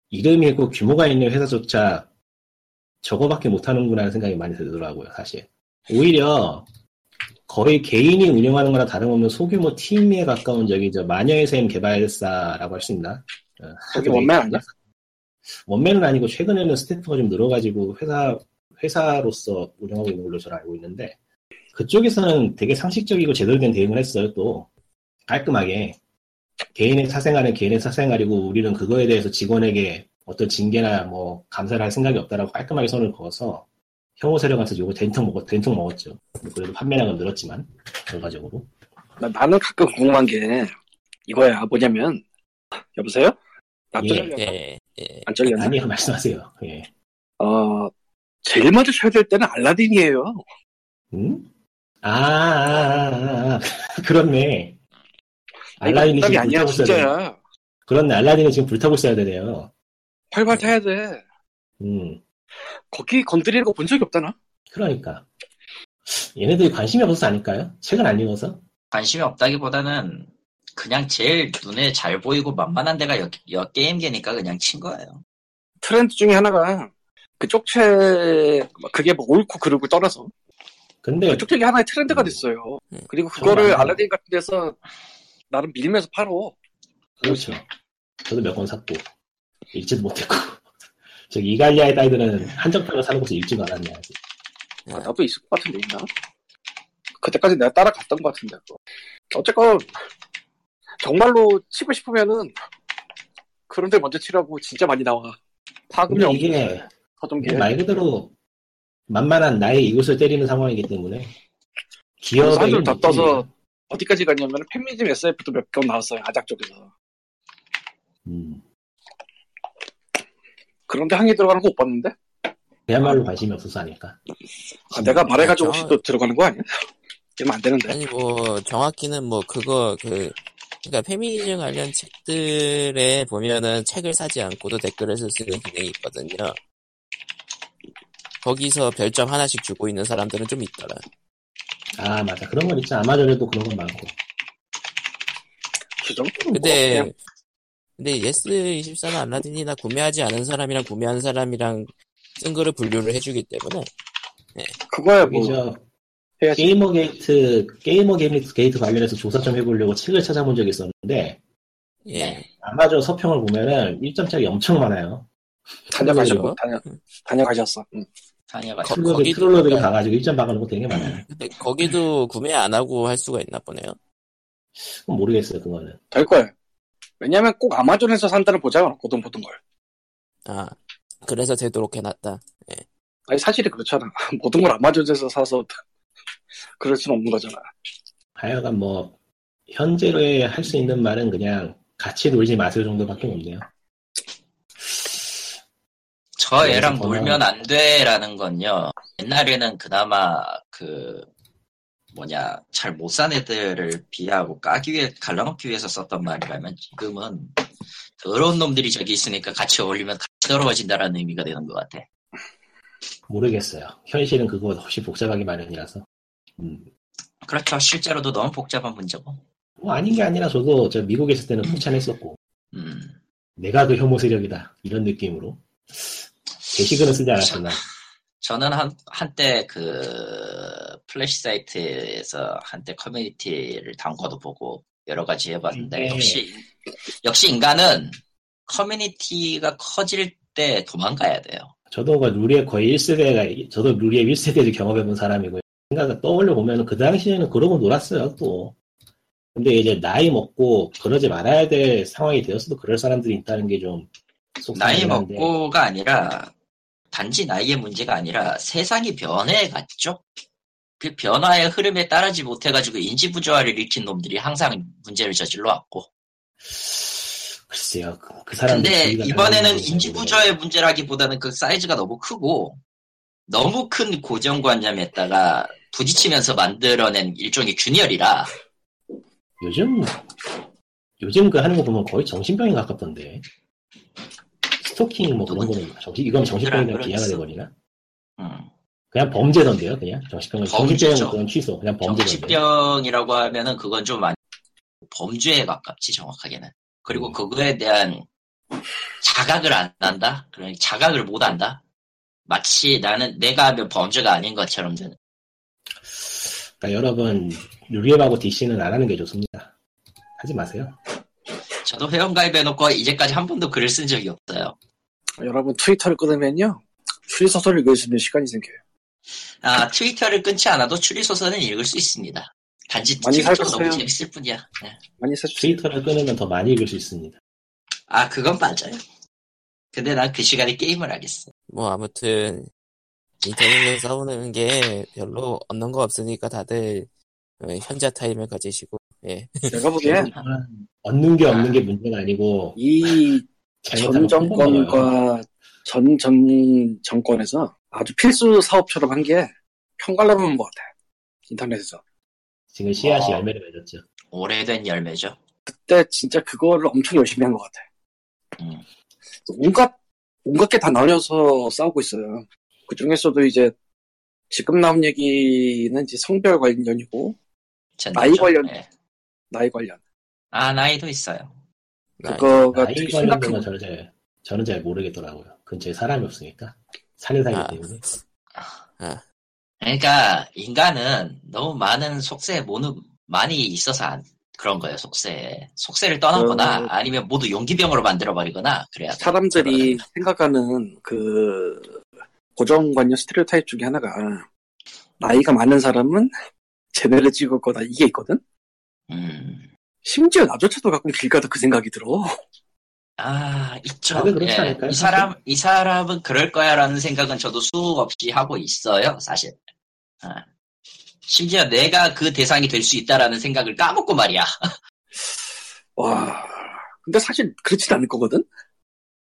D: 이름이 있고 규모가 있는 회사조차 저거밖에 못하는구나 하는 생각이 많이 들더라고요 사실 오히려 거의 개인이 운영하는 거나 다름없는 소규모 팀에 가까운 저기 저 마녀의 샘 개발사라고 할 수 있나? 어,
B: 저기 원맨 아니야?
D: 원맨은 아니고 최근에는 스태프가 좀 늘어가지고 회사 회사로서 운영하고 있는 걸로 저는 알고 있는데 그쪽에서는 되게 상식적이고 제대로 된 대응을 했어요 또 깔끔하게 개인의 사생활은 개인의 사생활이고 우리는 그거에 대해서 직원에게 어떤 징계나 뭐 감사를 할 생각이 없다라고 깔끔하게 선을 그어서 형호 세력한테 요거 된통 먹었 된통 먹었죠 그래도 판매량은 늘었지만 결과적으로
B: 나- 나는 가끔 궁금한 게 이거야 뭐냐면 여보세요? 나
D: 예.
B: 떨려.
A: 예. 예.
B: 안 떨렸나?
D: 아니요 말씀하세요 예
B: 어 제일 먼저 쳐야 될 때는 알라딘이에요.
D: 응? 아, 아, 아, 아, 아. 그렇네. 알라딘이
B: 이
D: 지금
B: 아니야
D: 불타고 있어야 돼.
B: 진짜야.
D: 그렇네, 알라딘이 지금 불타고 있어야 되네요.
B: 활발 타야 돼.
D: 음,
B: 거기 건드리는 거 본 적이 없다나?
D: 그러니까. 얘네들이 관심이 없어서 아닐까요? 책을 안 읽어서?
C: 관심이 없다기보다는 그냥 제일 눈에 잘 보이고 만만한 데가 여, 여 게임계니까 그냥 친 거예요.
B: 트렌드 중에 하나가 그 쪽채 그게 뭐 옳고 그르고 떠나서
D: 근데,
B: 그 쪽채기 하나의 트렌드가
D: 음.
B: 됐어요.
A: 음.
B: 그리고 그거를
D: 정말.
B: 알라딘 같은 데서 나름 밀면서 팔어.
D: 그렇죠. 저도 몇 권 샀고, 읽지도 못했고. 저기, 이갈리아의 딸들은 한정판을 사는 곳에 읽지도 않았네, 아직.
B: 네.
D: 예.
B: 아, 나도 있을 것 같은데 있나? 그때까지 내가 따라갔던 것 같은데. 또. 어쨌건 정말로 치고 싶으면은 그런데 먼저 치라고 진짜 많이 나와. 파급이
D: 근데
B: 없는
D: 이게,
B: 서동기.
D: 이게 말 그대로 만만한 나의 이곳을 때리는 상황이기 때문에, 기업의.
B: 사람들 아, 다
D: 힘이
B: 떠서 어디까지 갔냐면 팬미즘 SF도 몇 건 나왔어요. 아작 쪽에서.
D: 음,
B: 그런데 항의 들어가는 거 못 봤는데?
D: 그야말로 관심이 없어서 아닐까. 음,
B: 아, 내가 말해가지고
A: 저-
B: 혹시
D: 그렇죠.
B: 또 들어가는 거 아니야? 이러면 안 되는데.
A: 아니 뭐 정확히는 뭐 그거 그 그러니까 페미니즘 관련 책들에 보면은 책을 사지 않고도 댓글을 쓸 수 있는 기능이 있거든요. 거기서 별점 하나씩 주고 있는 사람들은 좀 있더라.
D: 아 맞아 그런 건 있지 아마존에도 그런 건 많고
B: 그 정도는
A: 근데
B: 뭐 그냥
A: 근데 예스 24나 알라딘이나 구매하지 않은 사람이랑 구매한 사람이랑 쓴 거를 분류를 해주기 때문에
B: 그거야
D: 여기
B: 뭐
D: 저
B: 해야지.
D: 게이머 게이트 게이머 게이트 게이트 관련해서 조사 좀 해보려고 책을 찾아본 적이 있었는데
A: 예
D: 네. 아마존 서평을 보면은 1점짜리 엄청 많아요
B: 다녀가셨고
A: 그거죠.
B: 다녀 다녀가셨어. 음. 응.
C: 상해가
A: 거-
D: 트롤러들이,
A: 거기도-
D: 트롤러들이 가가지고 일점 박아놓은 거 되게 많아요.
A: 근데 거기도 구매 안 하고 할 수가 있나 보네요.
D: 그건 모르겠어요, 그거는.
B: 될 거예요. 왜냐면 꼭 아마존에서 산다는 보장은 없거든, 보던 걸.
A: 아, 그래서 되도록 해놨다.
B: 아니, 사실이 그렇잖아. 모든 걸 아마존에서 사서 그럴 수는 없는 거잖아.
D: 하여간 뭐, 현재로의 할 수 있는 말은 그냥 같이 놀지 마세요 정도밖에 없네요.
C: 저 애랑
D: 그래서
C: 놀면 안 돼라는 건요. 옛날에는 그나마 그 뭐냐 잘 못 산 애들을 비하고 까기 위해 갈라놓기 위해서 썼던 말이라면 지금은 더러운 놈들이 저기 있으니까 같이 어울리면 같이 더러워진다라는 의미가 되는 것 같아.
D: 모르겠어요. 현실은 그거 훨씬 복잡하기 마련이라서. 음.
C: 그렇죠. 실제로도 너무 복잡한 문제고.
D: 뭐 아닌 게 아니라 저도 저 미국에 있을 때는 폭찬했었고,
C: 음.
D: 내가 그 혐오 세력이다. 이런 느낌으로. 게시글은 쓰지 않았으나.
C: 저는 한, 한때 그 플래시 사이트에서 한때 커뮤니티를 담궈도 보고 여러 가지 해봤는데
D: 이게-
C: 역시 역시 인간은 커뮤니티가 커질 때 도망가야 돼요.
D: 저도 그 루리의 거의 1세대가, 저도 루리의 1세대를 경험해본 사람이고요. 생각을 떠올려 보면 그 당시에는 그러고 놀았어요, 또. 근데 이제 나이 먹고 그러지 말아야 될 상황이 되었어도 그럴 사람들이 있다는 게 좀
C: 나이
D: 속상하긴 한데.
C: 먹고가 아니라 단지 나이의 문제가 아니라 세상이 변해갔죠. 그 변화의 흐름에 따르지 못해가지고 인지부조화를 일으킨 놈들이 항상 문제를 저질러 왔고
D: 글쎄요, 그, 그 사람.
C: 근데 이번에는 인지부조의 문제라기보다는 그 사이즈가 너무 크고 너무 큰 고정관념에다가 부딪히면서 만들어낸 일종의 균열이라
D: 요즘 요즘 그 하는 거 보면 거의 정신병에 가깝던데. 스토킹 뭐 그런 거는 정신 이건 정신병이나
C: 그런
D: 비하가
C: 있어.
D: 되거든요.
C: 음,
D: 그냥 범죄던데요, 그냥 정신병은
C: 범죄죠.
D: 정신병은 그건 취소, 그냥 범죄던데.
C: 정신병이라고 하면은 그건 좀 많이 범죄에 가깝지 정확하게는 그리고
D: 음.
C: 그거에 대한 자각을 안 한다 그러니까 자각을 못 한다 마치 나는 내가 하면 범죄가 아닌 것처럼 되는
D: 그러니까 여러분 유리앱하고 DC는 안 하는 게 좋습니다. 하지 마세요.
C: 저도 회원 가입해놓고 이제까지 한 번도 글을 쓴 적이 없어요
B: 여러분, 트위터를 끊으면요. 추리소설 읽을 수 있는 시간이 생겨요.
C: 아, 트위터를 끊지 않아도 추리소설은 읽을 수 있습니다. 단지
B: 많이
C: 트위터가
B: 살겠어요.
C: 너무 재밌을 뿐이야. 네.
B: 많이 사주세요.
D: 트위터를 끊으면 더 많이 읽을 수 있습니다.
C: 아, 그건 맞아요. 근데 난 그 시간에 게임을 하겠어.
A: 뭐 아무튼 인터넷에 싸우는 게 별로 얻는 거 없으니까 다들 어, 현자 타임을 가지시고 예.
B: 내가 보기엔
D: 얻는 게 없는 게 문제가 아니고
B: 이 전
D: 잘못하면 끊는 거예요.
B: 정권과 전, 전 정권에서 아주 필수 사업처럼 한 게 평가라는 것 같아. 인터넷에서.
D: 지금 씨앗이
C: 와.
D: 열매를 맺었죠.
C: 오래된 열매죠.
B: 그때 진짜 그거를 엄청 열심히 한 것 같아.
C: 음.
B: 온갖, 온갖 게 다 나뉘어서 싸우고 있어요. 그 중에서도 이제 지금 나온 얘기는 이제 성별 관련이고,
C: 젠더죠.
B: 나이 관련.
C: 예.
B: 나이 관련.
C: 아, 나이도 있어요.
A: 아,
B: 그거가
D: 아, 나이
B: 되게 심각한
D: 관련된 건
B: 거
D: 저는 잘, 저는 잘 모르겠더라고요. 근처에 사람이 없으니까. 사는 사기
A: 아,
D: 때문에.
A: 아.
C: 그러니까 인간은 너무 많은 속세에 모는 많이 있어서 안- 그런 거예요. 속세. 속세를 떠나거나
B: 그-
C: 아니면 모두 용기병으로 만들어 버리거나 그래야 돼.
D: 네.
B: 사람들이 생각하는 그 고정관념 스테레오타입 중에 하나가 나이가 많은 사람은 쟤네를 찍을 거다 이게 있거든?
C: 음.
B: 심지어 나조차도 가끔 길 가다 그 생각이 들어.
C: 아, 있죠.
D: 다들 그렇지
C: 예.
D: 않을까요,
C: 이 사람, 이 사람은 그럴 거야라는 생각은 저도 수없이 하고 있어요, 사실. 아. 심지어 내가 그 대상이 될 수 있다라는 생각을 까먹고 말이야.
B: 와. 근데 사실 그렇진 않을 거거든?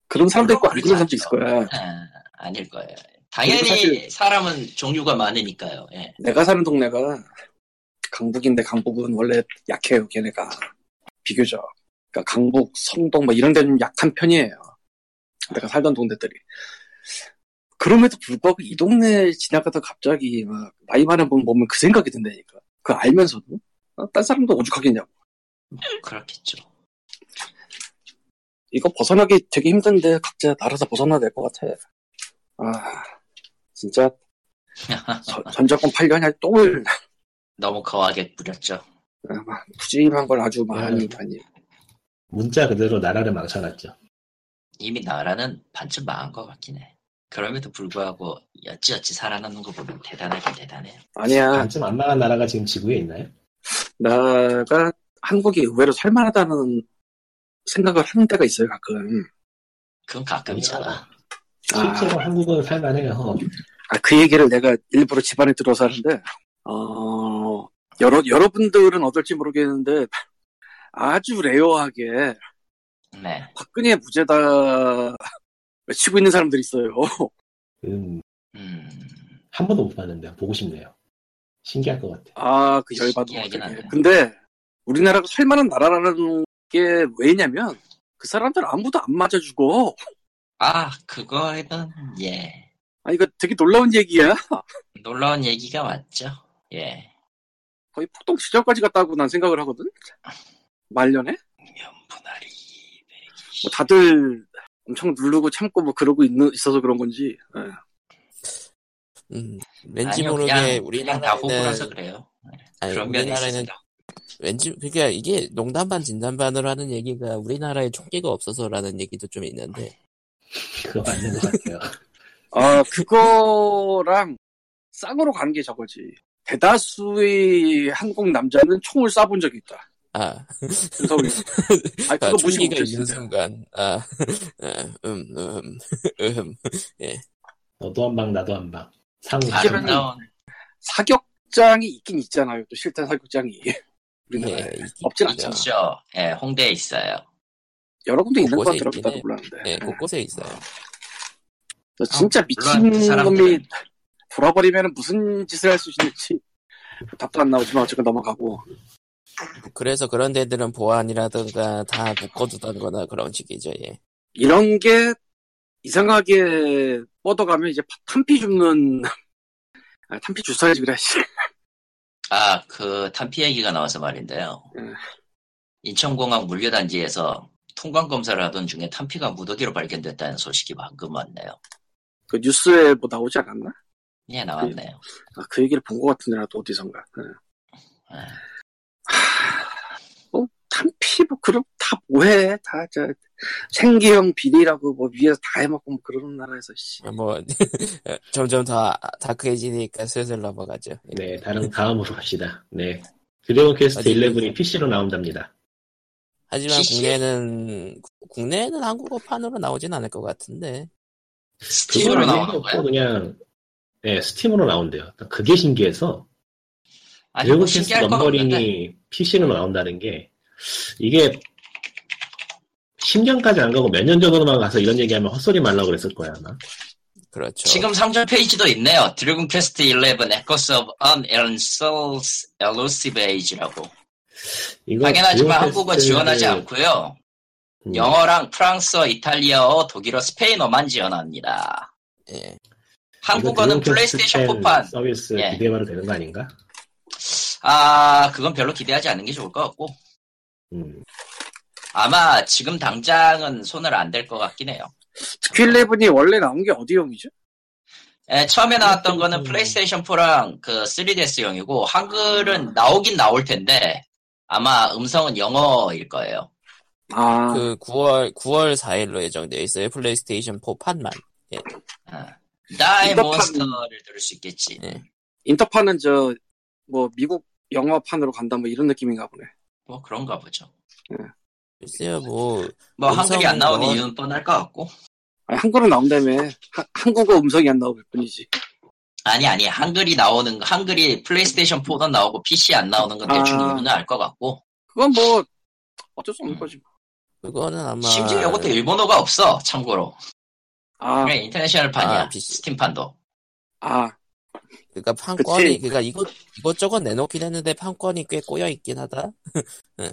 B: 그런 사람도 있고 안 그런 사람도 있을 거야.
C: 아, 아닐 거예요. 당연히
B: 그리고 사실-
C: 사람은 종류가 많으니까요. 예.
B: 내가 사는 동네가 강북인데 강북은 원래 약해요, 걔네가. 비교적. 그러니까 강북, 성동 뭐 이런 데는 약한 편이에요. 내가 살던 동네들이. 그럼에도 불구하고 이 동네 지나가다 갑자기 막 나이 많은 분 보면 그 생각이 든다니까. 그 알면서도 아, 딴 사람도 오죽하겠냐고.
C: 그렇겠죠.
B: 이거 벗어나기 되게 힘든데 각자 알아서 벗어나야 될 것 같아. 아 진짜 전- 전자권 8년이 똥을
C: 너무 거하게 뿌렸죠.
B: 아, 막 푸짐한 걸 아주 많이 많이
D: 문자 그대로 나라를 망쳐놨죠.
C: 이미 나라는 반쯤 망한 것 같긴 해.
B: 아니야.
D: 반쯤 안 나간 나라가 지금 지구에 있나요?
B: 나가 한국이 의외로 살만하다는 생각을 하는 때가 있어요, 가끔.
C: 그건 가끔이잖아.
D: 실제로 한국은 살만해요.
B: 아, 그 얘기를 내가 일부러 집안에 들어서 하는데, 어, 여러, 여러분들은 어떨지 모르겠는데, 아주 레어하게
C: 네.
B: 박근혜 무죄다 치고 있는 사람들이 있어요.
D: 음,
C: 음.
D: 한 번도 못 봤는데 보고 싶네요. 신기할 것 같아.
B: 아, 그 열받은
C: 신기하긴
B: 거같아
C: 하네.
B: 근데 우리나라가 살만한 나라라는 게 왜냐면 그 사람들 아무도 안 맞아주고
C: 아, 그거는, 예.
B: 아 이거 되게 놀라운 얘기야.
C: 놀라운 얘기가 맞죠. 예.
B: 거의 폭동 시절까지 갔다고 난 생각을 하거든. 말년에
C: 면분할이 220.
B: 뭐 다들 엄청 누르고 참고 뭐 그러고 있는, 있어서 그런 건지. 예.
A: 음, 왠지
C: 아니요,
A: 모르게
C: 그냥, 그냥 다 호구라서
A: 우리나라에는
C: 그래요.
A: 아니,
C: 그런 면에
A: 우리나라에는
C: 있어서.
A: 왠지 그러니까 이게 농담 반 진담 반으로 하는 얘기가 우리나라에 총기가 없어서라는 얘기도 좀 있는데
D: 그거 맞는 것 같아요.
B: 아 그거랑 쌍으로 가는 게 저거지. 대다수의 한국 남자는 총을 쏴본 적이 있다.
C: 네.
A: 아,
B: 윤석열. 아
A: 아
B: 그거 무시
A: 총기가
B: 못했어.
A: 있는 순간 아, 음, 음, 음,
D: 너도 한 방, 나도 한 방. 상호.
B: 하지만은-
C: 아름다운,
B: 사격장이 있긴 있잖아요. 또 실탄 사격장이 우리나라에
A: 예,
B: 없진
A: 있죠.
B: 않잖아.
C: 있죠. 예, 홍대에 있어요.
B: 여러 군데 있는
A: 뭐
B: 것
A: 곳곳에
B: 같더라고
A: 있긴
B: 나도
A: 해.
B: 몰랐는데.
A: 예, 곳곳에 있어요.
B: 저 진짜
C: 물론 그
B: 미친놈이
C: 사람들은
B: 돌아버리면 무슨 짓을 할 수 있을지 답도 안 나오지만 어쨌건 넘어가고
A: 그래서 그런 데들은 보안이라든가 다 묶어두다거나 그런 식이죠. 예.
B: 이런 게 이상하게 뻗어가면 이제 파- 탄피 줍는 아, 탄피 주사야지 그래 씨.
C: 아, 그 탄피 얘기가 나와서 말인데요.
B: 음.
C: 인천공항 물류단지에서 통관 검사를 하던 중에 탄피가 무더기로 발견됐다는 소식이 방금 왔네요.
B: 그 뉴스에 뭐 나오지 않았나?
C: 예, 나왔네요.
B: 아, 그 얘기를 본 것 같은데 나도 어디선가 예.
C: 예.
B: 뭐 탄피 뭐 그럼 다 뭐해 다 저 생계형 비리라고 뭐 위에서 다 해먹고 뭐 그러는 나라에서 씨.
A: 뭐 점점 더 다크해지니까 슬슬 넘어가죠. 예.
D: 네, 다른 다음으로 갑시다. 네. 드래곤 퀘스트
A: 어디-
D: 11이 PC로 나온답니다.
A: 하지만
C: 시시.
A: 국내는 국내는 한국어판으로 나오진 않을 것 같은데
C: 스팀으로 나오는
D: 없고
C: 거예요?
D: 그냥 네, 스팀으로 나온대요. 그러니까 그게 신기해서
C: 아니,
D: 드래곤
C: 뭐
D: 퀘스트
C: 신기할 건 없는데.
D: 넘버링이 PC로 나온다는 게 이게 10년까지 안 가고 몇 년 전으로만 가서 이런 얘기하면 헛소리 말라고 그랬을 거야 아마.
A: 그렇죠.
C: 지금 3전 페이지도 있네요. 드래곤 퀘스트 11 Echoes of Unanswered Elusive Age라고.
D: 이거
C: 당연하지만
D: 드래곤
C: 한국어
D: 퀘스트를-
C: 지원하지 않고요.
D: 음,
C: 영어랑 프랑스어, 이탈리아어, 독일어, 스페인어만 지원합니다.
A: 예.
C: 한국어는
D: 이거 드래곤 퀘스트
C: 플레이스테이션
D: 팬
C: 4판,
D: 서비스
C: 예.
D: 기대해봐도 되는 거 아닌가?
C: 아, 그건 별로 기대하지 않는 게 좋을 것 같고.
D: 음.
C: 아마 지금 당장은 손을 안 댈 것 같긴 해요.
B: q11이 원래 나온 게 어디용이죠?
C: 예, 처음에 나왔던 거는 플레이스테이션 4랑 그 3DS용이고, 한글은 나오긴 나올 텐데, 아마 음성은 영어일 거예요.
B: 아
A: 그 9월 9월 4일로 예정되어 있어요. 플레이스테이션 4판만.
C: 아, 나의
B: 인터팜.
C: 몬스터를 들을 수 있겠지.
B: 인터파는 저 뭐 미국 영화판으로 간다 뭐 이런 느낌인가 보네.
C: 뭐 그런가 보죠.
A: 글쎄요 뭐
C: 뭐 한글이 안 나오는
A: 음성은
C: 이유는 뻔할 것 같고.
B: 아니, 한글은 나온다며 하- 한국어 음성이 안 나올 뿐이지.
C: 아니, 아니, 한글이 나오는, 거- 한글이 플레이스테이션 4도 나오고 PC 안 나오는 건 대충
B: 아.
C: 이유는 알 것 같고.
B: 그건 뭐 어쩔 수 없는 거지. 뭐.
A: 그거는 아마
C: 심지어 이것도 일본어가 없어, 참고로.
B: 아,
C: 왜 인터내셔널 판이야,
A: 아, PC.
C: 스팀판도.
B: 아,
A: 그러니까 판권이
B: 그치.
A: 그러니까 이것 이것저것 내놓긴 했는데 판권이 꽤 꼬여 있긴 하다.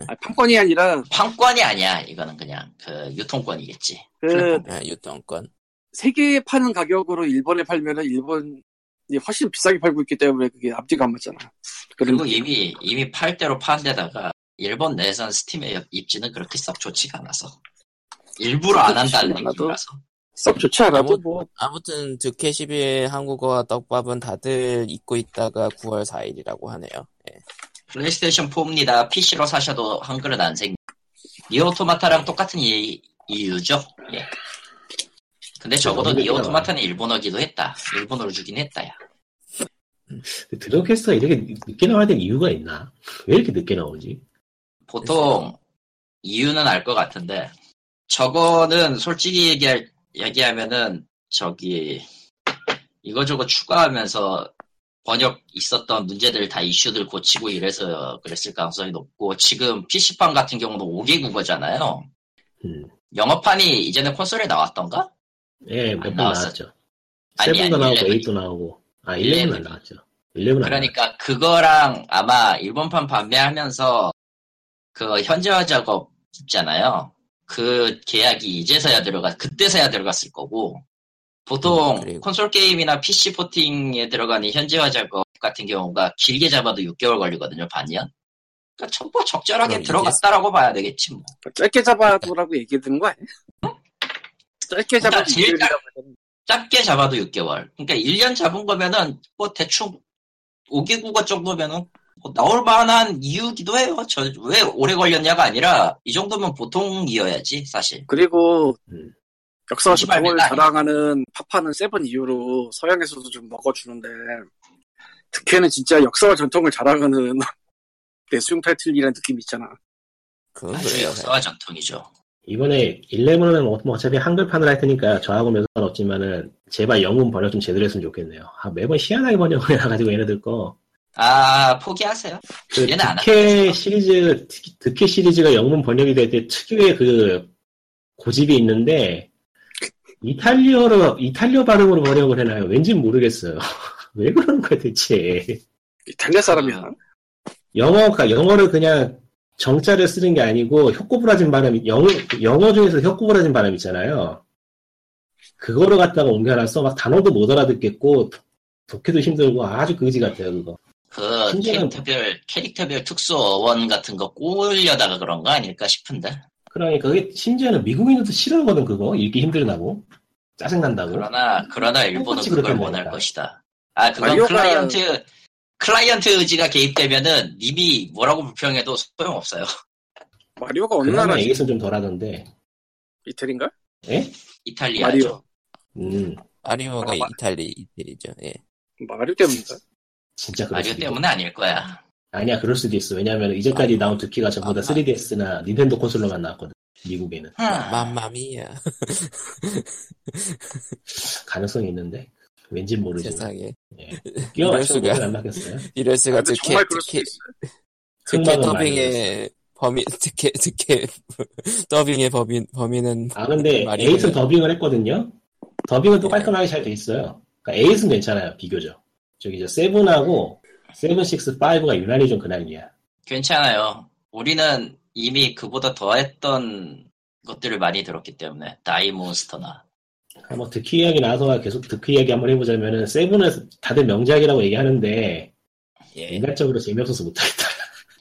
B: 아, 판권이 아니라
C: 판권이 아니야, 이거는 그냥 그 유통권이겠지.
B: 그
A: 아, 유통권.
B: 세계에 파는 가격으로 일본에 팔면은 일본이 훨씬 비싸게 팔고 있기 때문에 그게 앞뒤가 안 맞잖아.
C: 그리고
B: 그리고
C: 이미, 이미 팔대로 판 데다가, 일본 내선 스팀의 입지는 그렇게 썩 좋지가 않아서. 일부러 안 한다는
B: 좋지가 않아도.
C: 얘기라서.
B: 썩 좋지 않아도 뭐
A: 아무튼 드캐 10일 한국어와 떡밥은 다들 잊고 있다가 9월 4일이라고 하네요. 예.
C: 플레이스테이션 4입니다. PC로 사셔도 한글은 안 생. 니오토마타랑 똑같은 이, 이유죠. 예. 근데 적어도 니어 토마타는 일본어기도 했다. 일본어로 주긴 했다야.
D: 그 드론캐스트가 이렇게 늦게 나와야 될 이유가 있나? 왜 이렇게 늦게 나오지?
C: 보통 이유는 알 것 같은데 저거는 솔직히 얘기할 얘기하면은 저기 이거저거 추가하면서 번역 있었던 문제들 다 이슈들 고치고 이래서 그랬을 가능성이 높고 지금 PC판 같은 경우도 5개 국어잖아요.
D: 음.
C: 영어판이 이제는 콘솔에 나왔던가?
D: 예,
C: 안
D: 몇 번
C: 나왔어.
D: 나왔죠.
C: 아니,
D: 세븐도
C: 아니,
D: 나오고
C: 일레븐.
D: 에이도 나오고 아 11은 안
C: 일레븐.
D: 나왔죠. 11은 안 나왔죠.
C: 그러니까 그거랑 아마 일본판 판매하면서 그 현지화 작업 있잖아요. 그 계약이 이제서야 들어가 그때서야 들어갔을 거고 보통
A: 음, 그리고-
C: 콘솔 게임이나 PC 포팅에 들어가는 현지화 작업 같은 경우가 길게 잡아도 6개월 걸리거든요 반년. 그러니까 첩보 적절하게
A: 그럼 이제-
C: 들어갔다라고 봐야 되겠지 뭐.
B: 짧게 잡아도라고 얘기해 드는 거 아니야? 짧게
C: 그러니까
B: 잡아도
C: 제일
B: 이해를
C: 짧- 짧게 잡아도 6개월. 그러니까 1년 잡은 거면은 뭐 대충 5개 국어 정도면은 뭐 나올 만한 이유기도 해요. 저 왜 오래 걸렸냐가 아니라 이 정도면 보통이어야지 사실.
B: 그리고
D: 음.
B: 역사
C: 시발
B: 전통을
C: 맨날.
B: 자랑하는 파파는 세븐 이후로 서양에서도 좀 먹어주는데 특히는 진짜 역사와 전통을 자랑하는 내수용 타이틀이라는 느낌 있잖아.
A: 그건
C: 아주
A: 그래요. 예.
C: 역사와 전통이죠.
D: 이번에 11은 뭐 어차피 한글판을 할 테니까 저하고는 상관없지만은 제발 영문 번역 좀 제대로 했으면 좋겠네요. 아, 매번 희한하게 번역을 해가지고 얘네들 거.
C: 아 포기하세요.
D: 그
C: 얘는 안
D: 득해 시리즈, 특- 득해 시리즈가 영문 번역이 될 때 특유의 그 고집이 있는데 이탈리어로, 이탈리어 발음으로 번역을 해놔요. 왠지 모르겠어요. 왜 그러는 거야 대체.
B: 이탈리아 사람이야.
C: 음.
D: 영어가 영어를 그냥 정자를 쓰는 게 아니고 혀꼬부라진 발음 영어 영어 중에서 혀꼬부라진 발음 있잖아요. 그거를 갖다가 옮겨놔서 막 단어도 못 알아듣겠고 독- 독해도 힘들고 아주 거지 같아요 그거.
C: 그
D: 심지어는-
C: 캐릭터별 캐릭터별 특수 어원 같은 거 꼬으려다가 그런 거 아닐까 싶은데.
D: 그러니까 그게 심지어는 미국인들도 싫어하거든 그거 읽기 힘들다고 짜증 난다고.
C: 그러나 그러나 일본은
D: 똑같이
C: 그걸
D: 그렇게
C: 원할
D: 합니다.
C: 것이다. 아 그건
B: 마리오가-
C: 클라이언트 클라이언트 의지가 개입되면은 님이 뭐라고 불평해도 소용없어요.
B: 마리오가 어느
D: 그나마
B: 나라
D: 에이스좀 덜하던데.
B: 이태리인가?
C: 이탈리아죠.
B: 마리오.
D: 음
A: 마리오가
B: 아, 마-
A: 이탈리 이태리죠. 예.
B: 마리오 때문인가?
D: 진짜 그럴
C: 마리오
D: 수도 있
C: 때문에 아닐 거야.
D: 아니야 그럴 수도 있어. 왜냐하면 이제까지 나온 두키가 전부 다
A: 아.
D: 3DS나 닌텐도 콘솔로만 나왔거든 미국에는
C: 흠.
A: 맘마미야
D: 가능성이 있는데 왠지 모르지만.
A: 세상에
D: 끼워
A: 이럴
D: 맞추는
A: 수가.
D: 건안 맞겠어요?
A: 이럴 수가
B: 아, 근데
A: 특혜
B: 정말 그럴 수도
A: 특혜
B: 있어.
A: 특혜
D: 흥망은 많이 들었어요.
A: 더빙의 범인 특혜 특혜 더빙의 범인 범인은
D: 아 근데
A: 마리오는-
D: 에이스 더빙을 했거든요. 더빙은 또
A: 그 네.
D: 깔끔하게 잘 돼 있어요. 그러니까 에이스는 괜찮아요 비교적. 저기 저 세븐하고 세븐 식스 파이브가 유난히 좀 그날이야.
C: 괜찮아요. 우리는 이미 그보다 더했던 것들을 많이 들었기 때문에 다이몬스터나
D: 한번 득희 뭐 이야기 나와서 계속 득희 이야기 한번 해보자면은 세븐은 다들 명작이라고 얘기하는데
A: 예.
D: 인간적으로 재미없어서 못하겠다.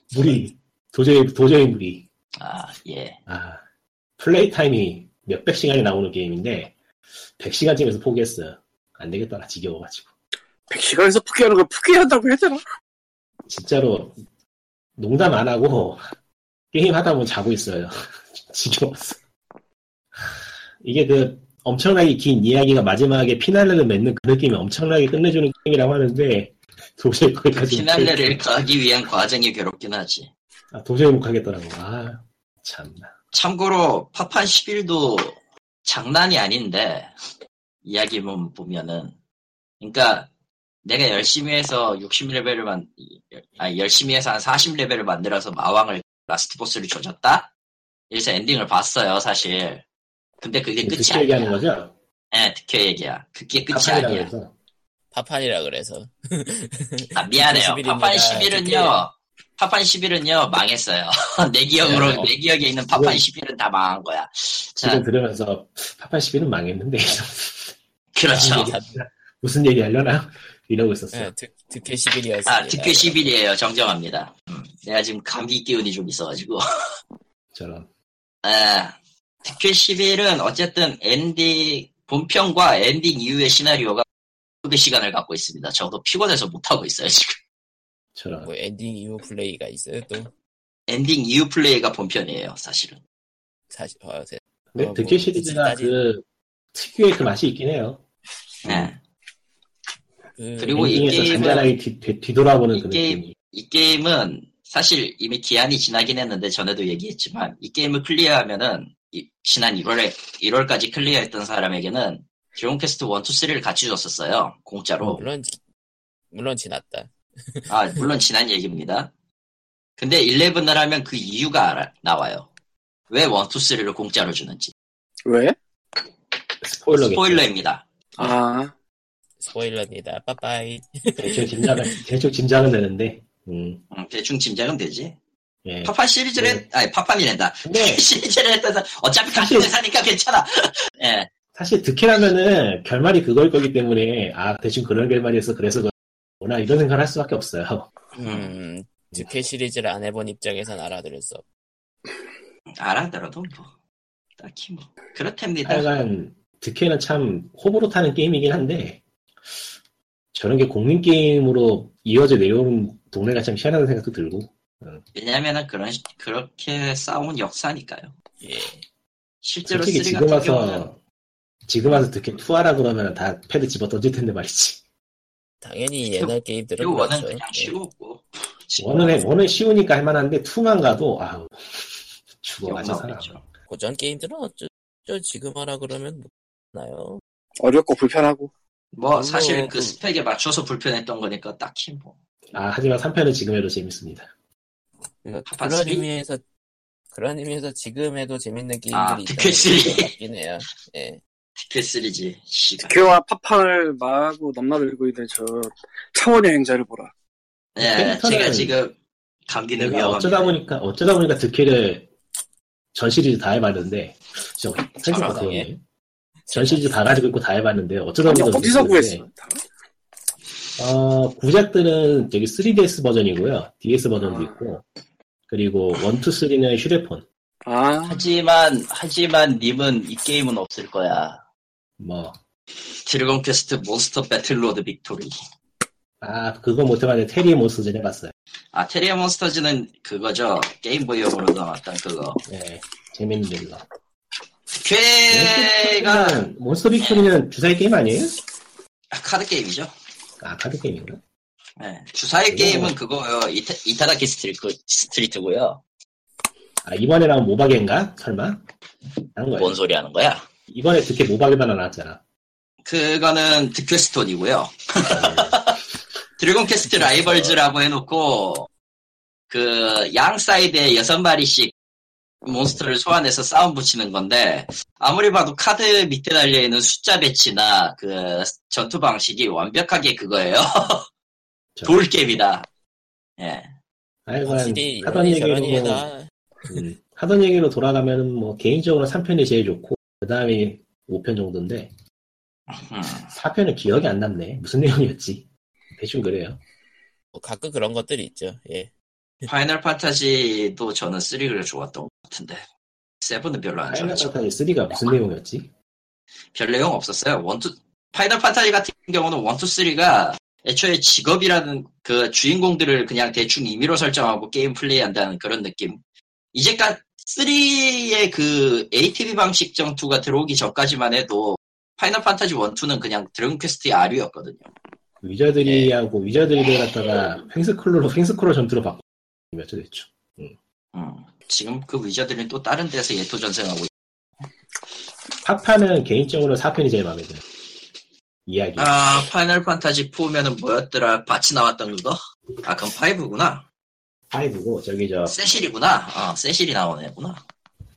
D: 무리 도저히 도저히 무리.
C: 아 예.
D: 아, 플레이 타임이 몇백 시간이 나오는 게임인데, 100시간쯤에서 포기했어요. 안 되겠다, 나 지겨워가지고.
B: 100시간에서 포기하는 걸 포기한다고 해야 되나?
D: 진짜로, 농담 안 하고, 게임 하다 보면 자고 있어요. 지겨웠어. 이게 그, 엄청나게 긴 이야기가 마지막에 피날레를 맺는 그 느낌이 엄청나게 끝내주는 게임이라고 하는데, 도저히 거기까지 못
C: 피날레를
D: 하겠-
C: 가기 위한 과정이 괴롭긴 하지.
D: 아, 도저히 못 가겠더라고. 아, 참나.
C: 참고로 파판 11도 장난이 아닌데 이야기만 보면은 그러니까 내가 열심히 해서 60레벨을 만, 아 열심히 해서 한 40레벨을 만들어서 마왕을 라스트 보스를 조졌다. 그래서 엔딩을 봤어요 사실. 근데 그게
D: 득
C: 끝이
D: 게
C: 아니야.
D: 얘기하는 거죠?
C: 예, 특혜 얘기야. 그게 끝이
D: 파판이라고
C: 아니야.
D: 해서.
A: 파판이라 그래서
C: 아, 미안해요.
A: 11 입니다.
C: 파판 11은요. 파판 11은요 망했어요. 내 기억으로
A: 네.
C: 내 기억에 있는 파판
D: 지금-
C: 11은 다 망한 거야. 자,
D: 지금 들으면서, 파판 11은 망했는데,
C: 그렇죠.
D: 무슨 얘기- 무슨 얘기 하려나? 이러고 있었어.
A: 예,
D: 요
A: 특 특혜 11이었습니다.
C: 아, 특혜 10일이에요. 정정합니다. 음, 내가 지금 감기 기운이 좀 있어가지고.
D: 저런.
C: 아, 특혜 10일은 어쨌든 엔딩, 본편과 엔딩 이후의 시나리오가 200시간을 갖고 있습니다. 저도 피곤해서 못하고 있어요, 지금.
D: 저런.
A: 뭐 엔딩 이후 플레이가 있어요 또
C: 엔딩 이후 플레이가 본편이에요, 사실은.
A: 사실 어, 세-
D: 근데
A: 어,
D: 득킬
A: 뭐,
D: 시리즈가
A: 지금까지-
D: 그 특유의 그 맛이 있긴 해요.
C: 네.
A: 그,
C: 그리고 이
D: 엔딩에서
C: 게임은-
D: 잔잔하게 뒤, 뒤, 뒤돌아보는
C: 이
D: 그
C: 게임-
D: 느낌이.
C: 이 게임은 사실 이미 기한이 지나긴 했는데 전에도 얘기했지만 이 게임을 클리어하면은 이- 지난 1월에 1월까지 클리어했던 사람에게는 드론 퀘스트 1, 2, 3를 같이 줬었어요. 공짜로.
A: 물론 물론 지났다.
C: 아, 물론 지난 얘기입니다. 근데 11을 하면 그 이유가 알아- 나와요. 왜 1, 2, 3를 공짜로 주는지.
B: 왜?
D: 스포일러겠죠.
C: 스포일러입니다.
B: 아,
A: 스포일러입니다. 빠빠이.
D: 대충 짐작은, 대충 짐작은 되는데. 음,
C: 음, 대충 짐작은 되지.
D: 예.
C: 파판 시리즈를,
D: 네.
C: 했, 아니, 파판이란다.
D: 근데
C: 시리즈를 했다서 어차피 같은 회사니까 괜찮아. 예.
D: 사실 득해라면은 결말이 그걸 거기 때문에 아 대충 그런 결말이어서 그래서 그러구나 이런 생각을 할 수밖에 없어요.
A: 음,
C: 예.
A: 듀케 시리즈를 안 해본 입장에선 알아들을 수 없.
C: 알아들어도 뭐 딱히 뭐 그렇답니다.
D: 하여간 득해는 참 호불호 타는 게임이긴 한데 저런 게 공민 게임으로 이어져 내려오는 동네가 참 희한하다는 생각도 들고
C: 왜냐면은 그런 시- 그렇게 싸운 역사니까요.
A: 예.
C: 실제로
D: 솔직히
C: 3
D: 지금
C: 같은 경우는
D: 와서 지금 와서 득해 투하라 그러면 다 패드 집어 던질 텐데 말이지.
A: 당연히 옛날 게임들은
C: 그리고 원은
A: 그렇죠.
C: 그냥
A: 예.
C: 쉬웠고
D: 네. 뭐, 원은 해- 원은 쉬우니까 할만한데 투만 가도 아우 죽어가지 사람.
B: 그렇죠.
C: 죠
A: 고전 게임들은 어쩌 어쩌 지금 하라 그러면 뭐 못나요
B: 어렵고 불편하고.
C: 뭐
A: 그거-
C: 사실 그
A: 음.
C: 스펙에 맞춰서 불편했던 거니까 딱히 뭐
D: 아 하지만 3편은 지금 해도 재밌습니다.
C: 파판
A: 그러니까 그런
C: 쓰리?
A: 의미에서 그런 의미에서 지금 해도 재밌는 게임들이
C: 아, 듀케
A: 있다는
C: 쓰리.
A: 것 같긴 해요. 예.
C: 디켓 시리즈 시간.
D: 그
B: 개와 파판을 마구 넘나들고 있는 저 차원 여행자를 보라.
C: 예,
D: 캐릭터는
C: 제가 지금 감기는
D: 내가 어쩌다
C: 위험합니다.
D: 보니까 어쩌다 보니까 득키를 전 시리즈 다 해봤는데 저 생각보다
A: 잘하다,
D: 그러네. 전 시리즈 다 가지고 있고 다 해봤는데 어쩌다
B: 아니,
D: 보니까
B: 어디서
D: 그렇게
B: 구했어?
D: 됐는데, 어 구작들은 저기 3DS 버전이고요, DS 버전도
B: 아.
D: 있고 그리고 1, 2, 3는 휴대폰
B: 아,
C: 하지만 하지만 님은 이 게임은 없을 거야.
D: 뭐.
C: 드래곤 퀘스트 몬스터 배틀로드 빅토리.
D: 아, 그거 못해봤는데, 테리 모스전 해봤어요.
C: 아 테리아 몬스터즈는 그거죠 게임보이용으로 나왔던 그거
D: 네, 재밌는 일로. 네?
C: 쾌가
D: 몬스터 빅토리는 주사위 게임 아니에요?
C: 아, 카드 게임이죠
D: 아, 카드 게임인가?
C: 네. 주사위
D: 오.
C: 게임은 그거요 어, 이타, 이타다키 스트리트, 스트리트고요
D: 아, 이번에 나온 모바게인가? 설마? 다른 거예요.
C: 뭔 소리 하는 거야
D: 이번에 득해 모바게만 나왔잖아.
C: 그거는 득퀘스톤이고요
D: 네.
C: 드래곤 퀘스트 라이벌즈라고 해놓고 그 양 사이드에 여섯 마리씩 몬스터를 소환해서 싸움 붙이는 건데 아무리 봐도 카드 밑에 달려 있는 숫자 배치나 그 전투 방식이 완벽하게 그거예요. 돌 게임이다. 예.
D: 하여간
A: 확실히 예,
D: 아, 하던
A: 이러니 저러니
D: 얘기로 뭐,
A: 해다
D: 음, 하던 얘기로 돌아가면 뭐 개인적으로 3편이 제일 좋고 그 다음이 5편 정도인데
C: 음.
D: 4편은 기억이 안 남네 무슨 내용이었지 대충 그래요
A: 뭐 가끔 그런 것들이 있죠. 예.
C: 파이널 판타지도 저는 3를 좋았던 것 같은데 7은 별로 안
D: 파이널
C: 좋았죠.
D: 판타지 3가 무슨 내용이었지
C: 별 내용 없었어요. 원투 파이널 판타지 같은 경우는 원투 쓰리가 애초에 직업이라는 그 주인공들을 그냥 대충 임의로 설정하고 게임 플레이한다는 그런 느낌. 이제까 3의 그 ATV 방식 전투가 들어오기 전까지만 해도 파이널 판타지 1, 2는 그냥 드래곤 퀘스트의 아류였거든요.
A: 예.
D: 위저들이하고 위저들이 들어갔다가 횡스크롤로 횡스크롤 전투로 바꾸몇죠 대충
C: 음. 지금 그 위저들은 또 다른 데서 예토 전생하고 있-
D: 파파는 개인적으로 4편이 제일 마음에 들어요 이야기
C: 아 파이널 판타지 4면은 뭐였더라? 밭이 나왔던 그거? 아 그건 5구나.
D: 5고 저기 저
C: 세실이구나. 아 세실이 나오는 애구나.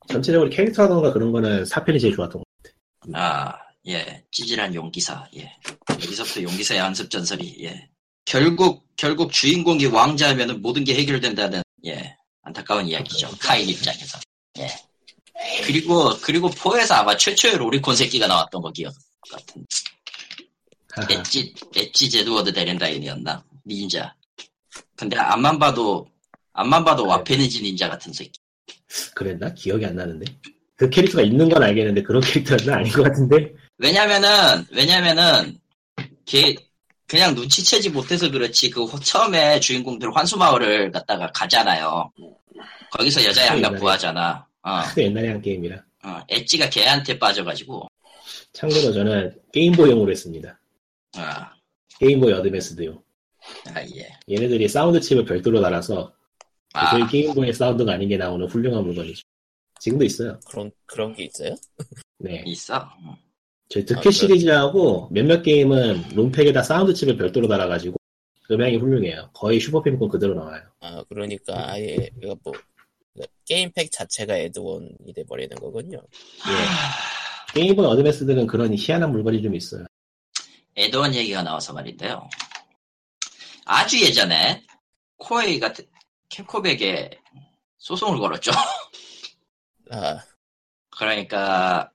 D: 전체적으로 캐릭터라던가 그런 거는 4편이 제일 좋았던 것
C: 아, 예. 찌질한 용기사, 예. 여기서부터 용기사의 한습전설이, 예. 결국, 결국 주인공이 왕자면은 모든 게 해결된다는, 예. 안타까운 이야기죠. 카인 입장에서. 예. 그리고, 그리고 포에서 아마 최초의 로리콘 새끼가 나왔던 거 기억 같은.
D: 같아요 하하.
C: 엣지, 엣지 제드워드 데렌다인이었나? 닌자. 근데 앞만 봐도, 앞만 봐도 와페니지 닌자 같은 새끼.
D: 그랬나? 기억이 안 나는데. 그 캐릭터가 있는 건 알겠는데 그런 캐릭터는 아닌 것 같은데.
C: 왜냐면은 왜냐면은 걔 그냥 눈치채지 못해서 그렇지 그 호- 처음에 주인공들 환수 마을을 갔다가 가잖아요. 거기서 여자 양가
D: 옛날에.
C: 구하잖아. 어,
D: 그 옛날에 한 게임이라.
C: 어, 엣지가 걔한테 빠져가지고
D: 참고로 저는 게임보용으로 했습니다.
C: 아,
D: 게임보이 어드밴스드용.
C: 아 예.
D: 얘네들이 사운드 칩을 별도로 달아서
C: 아,
D: 저희 게임보이 사운드가 아닌 게 나오는 훌륭한 물건이죠. 지금도 있어요.
A: 그런 그런 게 있어요?
D: 네.
C: 있어? 음.
D: 저희
A: 아,
D: 득회
A: 그래.
D: 시리즈하고 몇몇 게임은 롬팩에다 사운드 칩을 별도로 달아가지고 음향이 훌륭해요. 거의 슈퍼패미콘 그대로 나와요.
A: 아 그러니까 아예 이거 뭐 그러니까 게임팩 자체가 에드온이 돼버리는 거군요.
D: 예.
C: 아.
D: 게임보이 어드밴스들은 그런 희한한 물건이 좀 있어요.
C: 에드원 얘기가 나와서 말인데요. 아주 예전에 코에이가 캡콤에게 소송을 걸었죠.
A: 아
C: 그러니까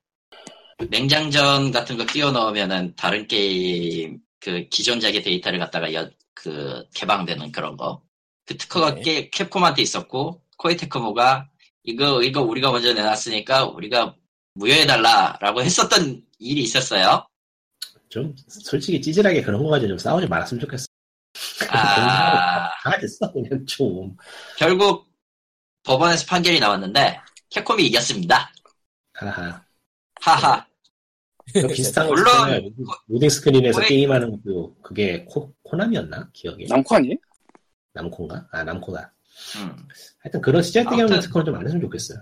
C: 냉장전 같은 거 끼워 넣으면은 다른 게임 그 기존작의 데이터를 갖다가 여, 그 개방되는 그런 거. 그 특허가
A: 네.
C: 게- 캡콤한테 있었고 코에이 테크모가 이거 이거 우리가 먼저 내놨으니까 우리가 무효해달라라고 했었던 일이 있었어요.
D: 좀 솔직히 찌질하게 그런 거 가지고 좀 싸우지 말았으면 좋겠어.
C: 아.
D: 다 됐어 그냥 좀.
C: 결국 법원에서 판결이 나왔는데 캡콤이 이겼습니다.
D: 하하.
C: 하하.
D: 그거 비슷한 거
C: 물론-
D: 있잖아요. 로딩 스크린에서
C: 거의-
D: 게임하는 것도 그게 코, 코나미였나? 기억에.
B: 남코 아니에요?
D: 남콘가? 아 남코다.
C: 음.
D: 하여튼 그런 시장되게 하는
C: 아무튼-
D: 특허는 좀안 했으면 좋겠어요.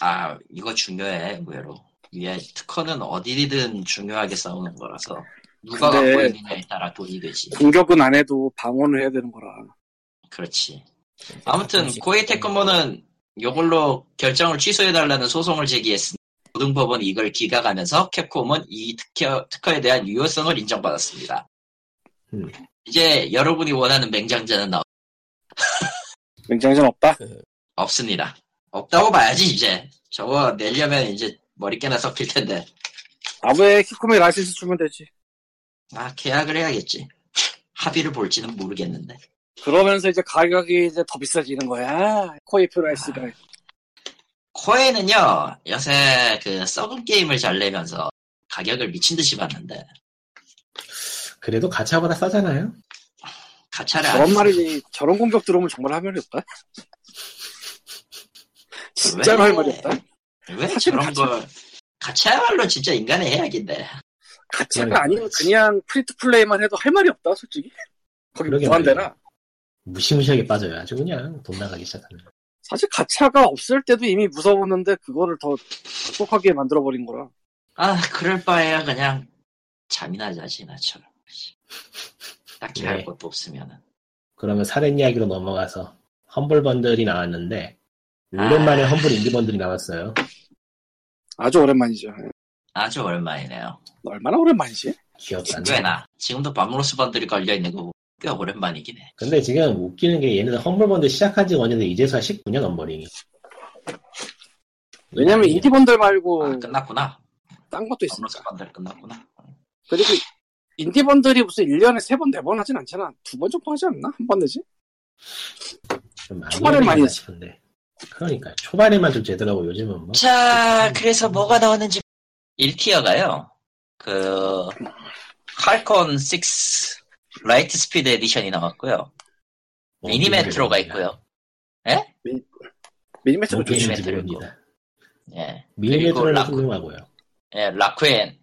C: 아 이거 중요해 의외로. 이게 특허는 어디든 중요하게 싸우는 거라서 누가
B: 근데-
C: 갖고 있느냐에 따라 돈이 되지.
B: 공격은 안 해도 방어는 해야 되는 거라.
C: 그렇지. 아무튼 코에이 테크모는 이걸로 결정을 취소해달라는 소송을 제기했으니 고등법원이 이걸 기각하면서 캡콤은 이 특허, 특허에 대한 유효성을 인정받았습니다.
D: 음.
C: 이제 여러분이 원하는 맹장자는 나
B: 냉장전 없다.
C: 없습니다. 없다고 봐야지 이제 저거 내려면 이제 머리깨나 섞일 텐데
B: 아베 키코미 라이센스 주면 되지.
C: 아 계약을 해야겠지. 합의를 볼지는 모르겠는데
B: 그러면서 이제 가격이 이제 더 비싸지는 거야. 코이 프라이스가.
C: 코에는요 요새 그 썩은 게임을 잘 내면서 가격을 미친 듯이 받는데
D: 그래도 가차보다 싸잖아요.
C: 가차를 안
B: 저런 말이 저런 공격 들어오면 정말 할 말이 없다. 진짜로
C: 왜?
B: 할 말이 없다.
C: 왜
B: 사실
C: 저런
B: 가차-
C: 걸 가차야말로 진짜 인간의 해악인데
B: 가치가 아니면 그냥 프리트 플레이만 해도 할 말이 없다, 솔직히. 거기
D: 그러게
B: 무한대나.
D: 무시무시하게 빠져요. 아주 그냥 돈 나가기 시작하면.
B: 사실 가차가 없을 때도 이미 무서웠는데 그거를 더 똑똑하게 만들어버린 거라.
C: 아 그럴 바에야 그냥 잠이나 자지 나처럼 딱히
D: 네.
C: 할 것도 없으면은
D: 그러면 사렌 이야기로 넘어가서 험블 번들이 나왔는데 오랜만에
C: 아.
D: 험블 인디 번들이 나왔어요.
B: 아주 오랜만이죠. 네.
C: 아주 오랜만이네요
B: 얼마나 오랜만이지?
D: 기억도 안 나.
C: 꽤나 지금도 바무로스 번들이 걸려있는 거 꽤 오랜만이긴 해
D: 근데 지금 웃기는 게 얘네들 험블 번들 시작한 지 언제는 이제서야 19년 언버링이. 네.
B: 왜냐면 인디본들 말고
C: 아, 끝났구나
B: 딴 것도
C: 바무로스
B: 있으니까.
C: 번들 끝났구나
B: 그리고 인디본들이 무슨 1년에 3번, 4번 하진 않잖아. 두 번 정도 하지 않나? 한 번 되지?
D: 좀 많이
B: 초반에
D: 힘들다
B: 많이 했어.
D: 싶은데. 그러니까 초반에만 좀 제더라고 요즘은 뭐.
C: 자 그래서 뭐가 나왔는지 1티어가요 그 칼콘 6 라이트 스피드 에디션이 나왔고요
D: 뭐
C: 미니 메트로가
D: 모르겠습니다.
C: 있고요
B: 미니메트로
D: 뭐
B: 조심.
C: 조심해.
D: 조심해서 모릅니다.
C: 예
D: 미니
C: 그리고
D: 메트로는
C: 락-
D: 훌륭하고요.
C: 예, 라쿠엔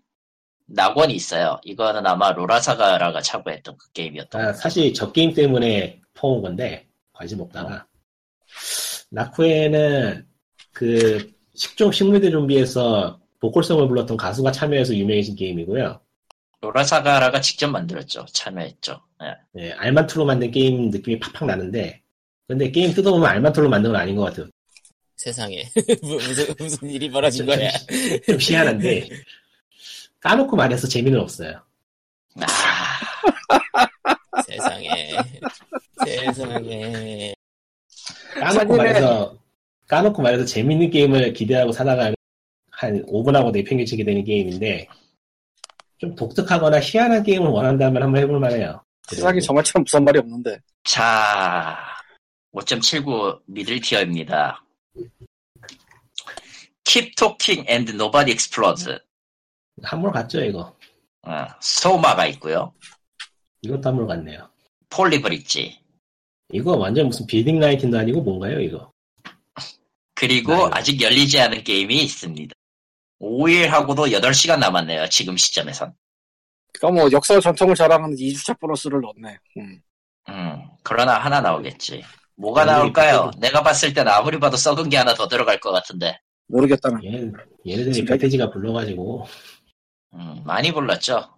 C: 낙원이 있어요. 이거는 아마 로라사가라가 차고했던 그 게임이었던
D: 아,
C: 것 같아요.
D: 사실 저 게임 때문에 퍼온 건데 관심
A: 어.
D: 없다가 라쿠에는 그 식종 식물들 좀비에서 보컬성을 불렀던 가수가 참여해서 유명해진 게임이고요.
C: 로라사가라가 직접 만들었죠. 참여했죠. 예.
D: 예, 알만토로 만든 게임 느낌이 팍팍 나는데 근데 게임 뜯어보면 알만토로 만든 건 아닌 것 같아요.
A: 세상에 무- 무슨 무슨 일이 벌어진
C: 그렇죠.
A: 거야?
D: 좀 희한한데 까놓고 말해서 재미는 없어요.
C: 아,
A: 세상에 세상에
D: 까놓고
B: 사진을-
D: 말해서 까놓고 말해서 재밌는 게임을 기대하고 사다가 한 5분하고 내팽개치게 되는 게임인데 좀 독특하거나 희한한 게임을 원한다면 한번 해볼 만해요. 네.
B: 세상에 정말 참 무서운 말이 없는데.
C: 자, 5.79 미들 티어입니다. Keep Talking and Nobody Explodes.
D: 한물 같죠 이거?
C: 어, 소마가 있고요.
D: 이것도 한물 같네요.
C: 폴리브릿지.
D: 이거 완전 무슨 빌딩 라이팅도 아니고 뭔가요 이거?
C: 그리고
D: 나요.
C: 아직 열리지 않은 게임이 있습니다. 5일하고도 8시간 남았네요. 지금 시점에선.
B: 그러니까 뭐 역사 전통을 자랑하는 2주차 보너스를 넣네. 음.
C: 음, 그러나 하나 나오겠지. 뭐가 나올까요? 내가 봤을 땐 아무리 봐도 썩은 게 하나 더 들어갈 것 같은데.
B: 모르겠다. 나.
D: 얘, 얘네들이
B: 지금-
D: 패키지가 불러가지고
C: 음, 많이 불렀죠.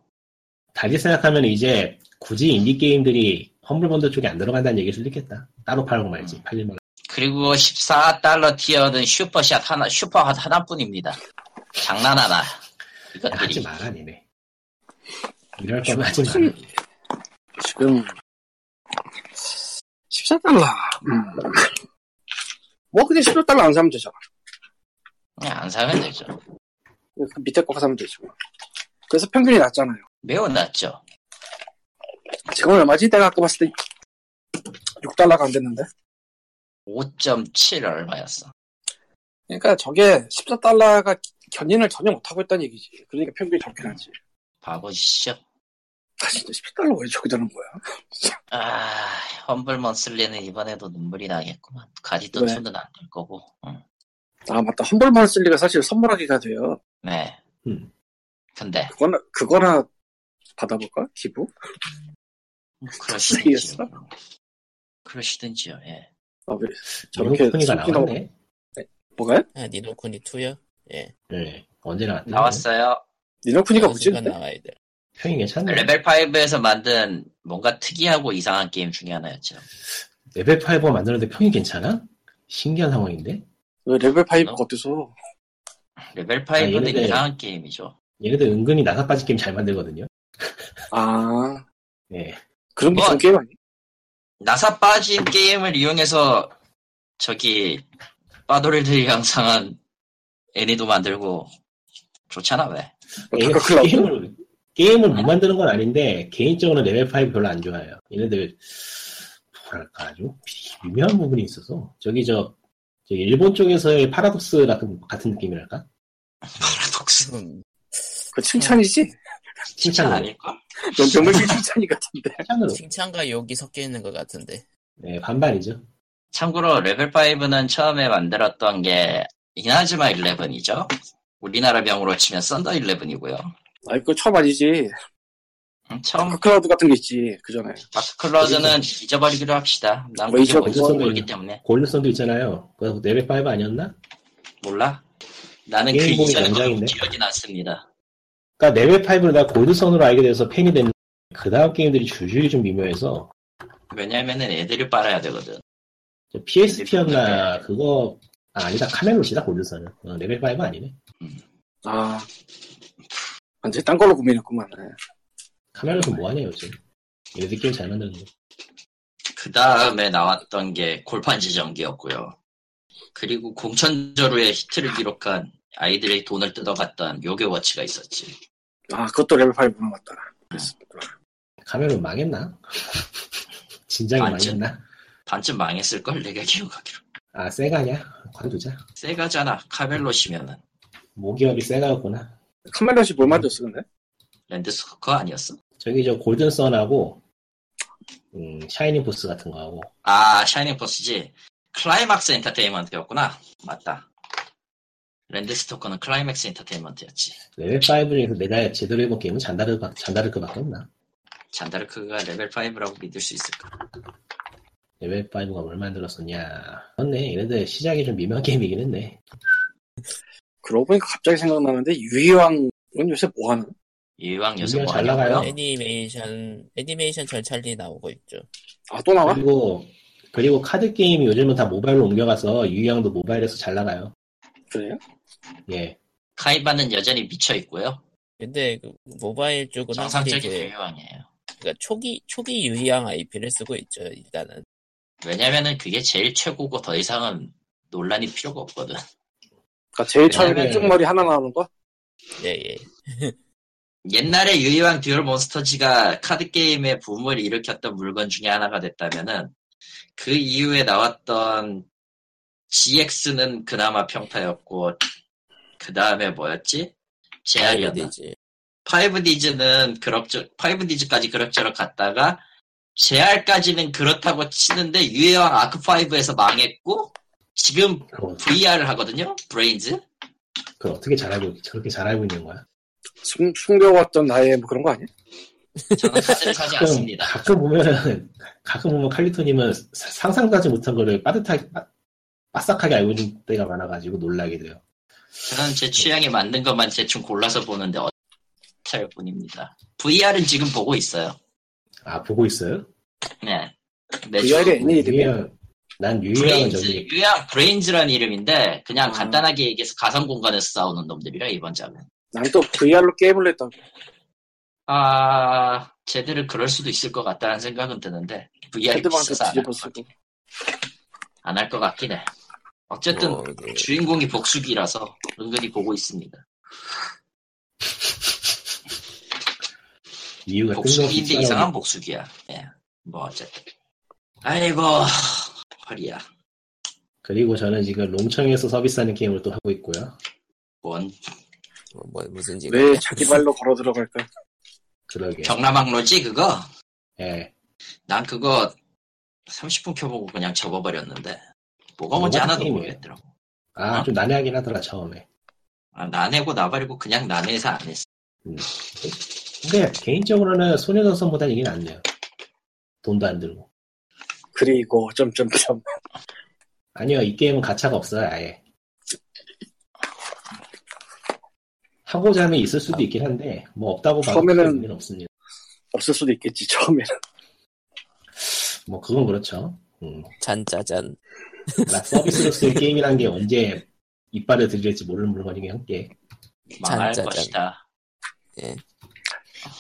D: 달리 생각하면 이제 굳이 인디 게임들이 험블 번들 쪽에 안 들어간다는 얘기일 수도 있겠다. 따로 팔고 말지 팔릴만.
C: 그리고 14달러 티어는 슈퍼샷 하나, 슈퍼핫 하나뿐입니다. 장난하나.
D: 아, 하지
C: 이것들이.
D: 마라 니네. 이럴 거면 하지 마라.
B: 지금 14달러. 음. 뭐 근데 16달러 안 사면 되잖아.
C: 그냥 안 사면 되죠.
B: 그 밑에 거 사면 되지. 뭐. 그래서 평균이 낮잖아요.
C: 매우 낮죠.
B: 지금 얼마지? 내가 아까 봤을 때 6달러가 안 됐는데.
C: 5.7 얼마였어.
B: 그러니까 저게 14달러가 견인을 전혀 못하고 있다는 얘기지. 그러니까 평균이 저렇게 나지.
C: 바보시죠.
B: 아 진짜 14달러 왜 저기 되는 거야?
C: 아, 험블 먼슬리는 이번에도 눈물이 나겠구만. 가디도
B: 왜?
C: 2는 안 될 거고. 응.
B: 아 맞다. 험벌만 쓸 리가 사실 선물하기가 돼요.
C: 네.
D: 음.
C: 근데
B: 그거나 그거나 받아볼까? 기부?
C: 뭐
B: 쓰이겠어?
C: 그러시든지 그러시든지요. 예.
B: 아, 왜 저렇게
D: 저렇게 소리가
B: 슬프다고-
D: 나왔네.
B: 뭐가요?
A: 아, 니노쿠니 2요? 예.
D: 네. 언제 나왔대?
C: 나왔어요.
B: 니노쿠니가
A: 어느 순간
B: 무지인데?
A: 나와야 돼.
D: 평이 괜찮네.
C: 레벨 5에서 만든 뭔가 특이하고 이상한 게임 중에 하나였죠.
D: 레벨 5 만드는데 평이 괜찮아? 신기한 상황인데.
B: 왜 레벨 5
C: 어?
B: 어때서?
C: 레벨
D: 아,
C: 5는
D: 이런데.
C: 이상한 게임이죠.
D: 얘네들 은근히 나사 빠진 게임 잘 만들거든요.
B: 아
D: 예.
B: 그런 게
C: 뭐?
B: 좋은 게임 아니야?
C: 나사 빠진 게임을 이용해서 저기 빠돌이들이 양상한 애니도 만들고 좋잖아 왜?
B: 뭐
D: 얘네들
B: 다크클라우드?
D: 게임을 게임을 못 만드는 건 아닌데 개인적으로 레벨 5 별로 안 좋아해요. 얘네들 뭐랄까 아주 미묘한 부분이 있어서 저기 저, 저 일본 쪽에서의 파라독스 같은 같은 느낌이랄까?
C: 파라독스
A: 음,
B: 그 칭찬이지?
C: 진짜
D: 칭찬으로.
C: 아닐까?
B: 넌 명명이 칭찬이 같은데.
D: 칭찬으로.
A: 칭찬과 욕이 섞여 있는 것 같은데.
D: 네 반반이죠.
C: 참고로 레벨 5는 처음에 만들었던 게 이나즈마 11이죠. 우리나라 명으로 치면 썬더 11이고요.
B: 아니 그거 처음 아니지.
C: 처음
B: 다크클라우드 같은 게 있지 그 전에.
C: 바스클러즈는
D: 네.
C: 잊어버리기로 합시다. 난 그게
B: 뭐
C: 뭔지
D: 잊어버리죠.
C: 모르기 때문에
D: 골드선도 있잖아요. 그거 레벨 5 아니었나?
C: 몰라. 나는 그
D: 게임보이
C: 이전에
D: 연장인데?
C: 기억이 났습니다.
D: 그러니까 레벨 5를 나 골드선으로 알게 돼서 팬이 됐는데 그 다음 게임들이 줄줄이 좀 미묘해서
C: 왜냐면은 애들을 빨아야 되거든.
D: PSP였나 그거 아, 아니다 카멜롯이다 골드선은 어, 레벨 5 아니네.
B: 아 완전 딴 걸로 고민했구만. 네.
D: 카멜롯은 뭐하냐 요즘. 얘네들 게임 잘 만드는데.
C: 그 다음에 나왔던 게 골판 지정기였고요. 그리고 공천저루의 히트를 기록한 아이들의 돈을 뜯어갔던 요괴워치가 있었지.
B: 아 그것도 레벨 5구나 맞다.
D: 카멜롯 망했나? 진작에
C: 맞지.
D: 망했나?
C: 반쯤 망했을걸 내가 기억하기로.
D: 아 세가냐? 관두자.
C: 세가잖아. 카멜롯이면은.
D: 모기업이 세가였구나.
B: 카멜럿이 뭘 만들었어 근데?
C: 랜드스커 아니었어?
D: 저기 저 골든선하고 음, 샤이닝 보스 같은 거하고
C: 아, 샤이닝 포스지. 클라이막스 엔터테인먼트였구나. 맞다. 랜드스토커는 클라이맥스 엔터테인먼트였지.
D: 레벨 5 중에서 내가 제대로 해본 게임은 잔다르 잔다르크밖에 없나?
C: 잔다르크가 레벨 5라고 믿을 수 있을까?
D: 레벨 5가 네, 뭘 만들었었냐? 맞네. 얘네들 시작이 좀 미묘한 게임이긴 했네.
B: 그러고 보니까 갑자기 생각나는데 유희왕은 요새 뭐 하나?
C: 이왕 요새
D: 분명
C: 뭐
D: 잘
C: 하냐고요?
D: 나가요.
A: 애니메이션, 애니메이션 절찰리 나오고 있죠.
B: 아또 나와?
D: 그리고 그리고 카드 게임이 요즘은 다 모바일로 옮겨가서 유형도 모바일에서 잘 나가요.
B: 그래요?
D: 예.
C: 카이바는 여전히 미쳐 있고요.
A: 근데 그 모바일 쪽은 확실히
C: 정상적인
A: 그,
C: 유형이에요.
A: 그러니까 초기, 초기 유희양 IP를 쓰고 있죠, 일단은.
C: 왜냐면은 그게 제일 최고고 더 이상은 논란이 필요가 없거든.
B: 그러니까 제일
D: 네.
B: 처음에 쪽머리 하나 나오는 거?
A: 예, 예.
C: 옛날에 유이왕 듀얼 몬스터즈가 카드 게임의 붐을 일으켰던 물건 중에 하나가 됐다면은 그 이후에 나왔던 GX는 그나마 평타였고 그 다음에 뭐였지? 예, 제알이었나?
A: 아이디지.
C: 5D즈는 그럭저 5D즈까지 그럭저럭 갔다가 JR까지는 그렇다고 치는데 유해왕 아크5에서 망했고 지금
D: 그리고
C: VR을 하거든요. 브레인즈.
D: 그걸 어떻게 잘 알고 저렇게 잘 알고 있는 거야?
B: 숨, 숨겨왔던 나의 뭐 그런 거 아니야?
C: 저는 카드를 사지 않습니다.
D: 가끔 보면은 가끔 보면 칼리토님은 사- 상상도 하지 못한 거를 빠듯하게 빠- 빠삭하게 알고 있는 때가 많아가지고 놀라게 돼요.
C: 저는 제 취향에 맞는 것만 대충 골라서 보는데 어쩔 뿐입니다. VR은 지금 보고 있어요.
D: 아 보고 있어요?
C: 네. 매주
B: VR의 애니 이름이야.
D: 유일한- 난 유일한
C: 브레인즈,
D: 저기
C: 유양 브레인즈라는 이름인데 그냥
B: 아.
C: 간단하게 얘기해서 가상 공간에서 싸우는 놈들이라 이번 작은.
B: 난 또 VR로 게임을 했다고.
C: 아, 쟤들은 그럴 수도 있을 것 같다는 생각은 드는데 VR
B: 헤드방도
C: 비싸서 안할 것
B: 뒤집어쓰고.
C: 같긴 해. 어쨌든
A: 뭐,
B: 예.
A: 이게
C: 주인공이 복수기라서 은근히 보고 있습니다.
D: 이유가 뜬금없이
C: 복수기인데 이상한
D: 튀어나오는
C: 복수기야. 예. 뭐 어쨌든. 아이고 허리야.
D: 그리고 저는 지금 롱청에서 서비스하는 게임을 또 하고 있고요.
C: 뭔
A: 뭐, 뭐, 무슨 짓?
B: 왜 자기 발로 걸어 들어갈까?
D: 그러게.
C: 경남항로지 그거?
D: 예.
C: 난 그거 30분 켜보고 그냥 접어버렸는데 뭐가 뭔지
D: 뭐가
C: 하나도
D: 게임이에요?
C: 모르겠더라고.
D: 아 좀 난해하긴 하더라 처음에.
C: 아, 나내고 나발이고 그냥 나내서 안 했어.
D: 근데 개인적으로는 소녀전선보다 이게 낫네요. 돈도 안 들고.
B: 그리고 점점점.
D: 아니요, 이 게임은 가차가 없어요, 아예. 하고자 하면 있을 수도 있긴 한데, 뭐 없다고 봐도
B: 처음에는-
D: 큰 의미는 없습니다.
B: 없을 수도 있겠지 처음에는.
D: 뭐 그건 그렇죠. 음.
A: 잔짜잔.
D: 나 서비스로서의 게임이라는 게 언제 이빨을 들릴지 모르는 물건이긴 한게
C: 망할
A: 잔짜잔.
C: 것이다.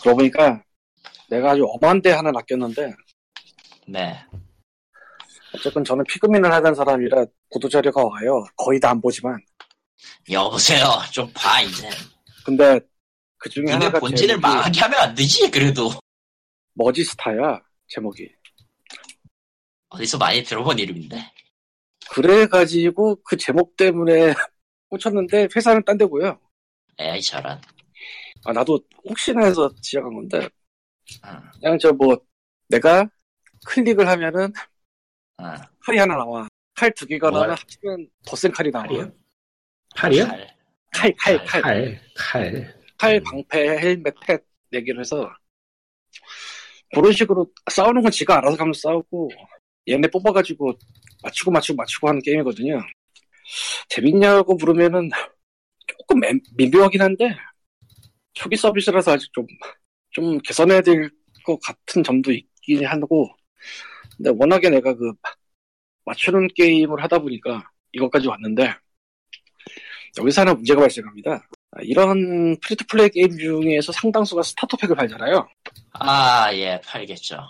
B: 그러고 보니까 내가 아주 엄한 데 하나 낚였는데
C: 네.
B: 어쨌건 저는 피그민을 하던 사람이라 보도 자료가 와요. 거의 다 안 보지만.
C: 여보세요. 좀 봐 이제.
B: 근데 그 중에
C: 니네
B: 하나가
C: 본진을
B: 제목이
C: 망하게 하면 안 되지 그래도.
B: 머지스타야 제목이.
C: 어디서 많이 들어본 이름인데.
B: 그래가지고 그 제목 때문에 꽂혔는데 회사는 딴 데고요.
C: 에이 저런.
B: 아 나도 혹시나 해서 시작한 건데
C: 응,
B: 그냥 저 뭐 내가 클릭을 하면은
C: 응.
B: 칼이 하나 나와. 칼 두 개가
D: 뭐가요?
B: 나와. 합치면 더 센 칼이 나와요.
D: 칼이요? 팔이요?
C: 잘.
B: 칼, 칼, 칼.
D: 칼, 칼.
B: 칼, 방패, 헬멧, 팩 내기를 해서 그런 식으로 싸우는 건 지가 알아서 가면 싸우고 얘네 뽑아가지고 맞추고 맞추고 맞추고 하는 게임이거든요. 재밌냐고 물으면은 조금 매- 미묘하긴 한데 초기 서비스라서 아직 좀, 좀 개선해야 될 것 같은 점도 있긴 하고 근데 워낙에 내가 그 맞추는 게임을 하다 보니까 이것까지 왔는데 여기서 하나 문제가 발생합니다. 아, 이런 프리투플레이 게임 중에서 상당수가 스타터팩을 팔잖아요.
C: 아, 예, 팔겠죠.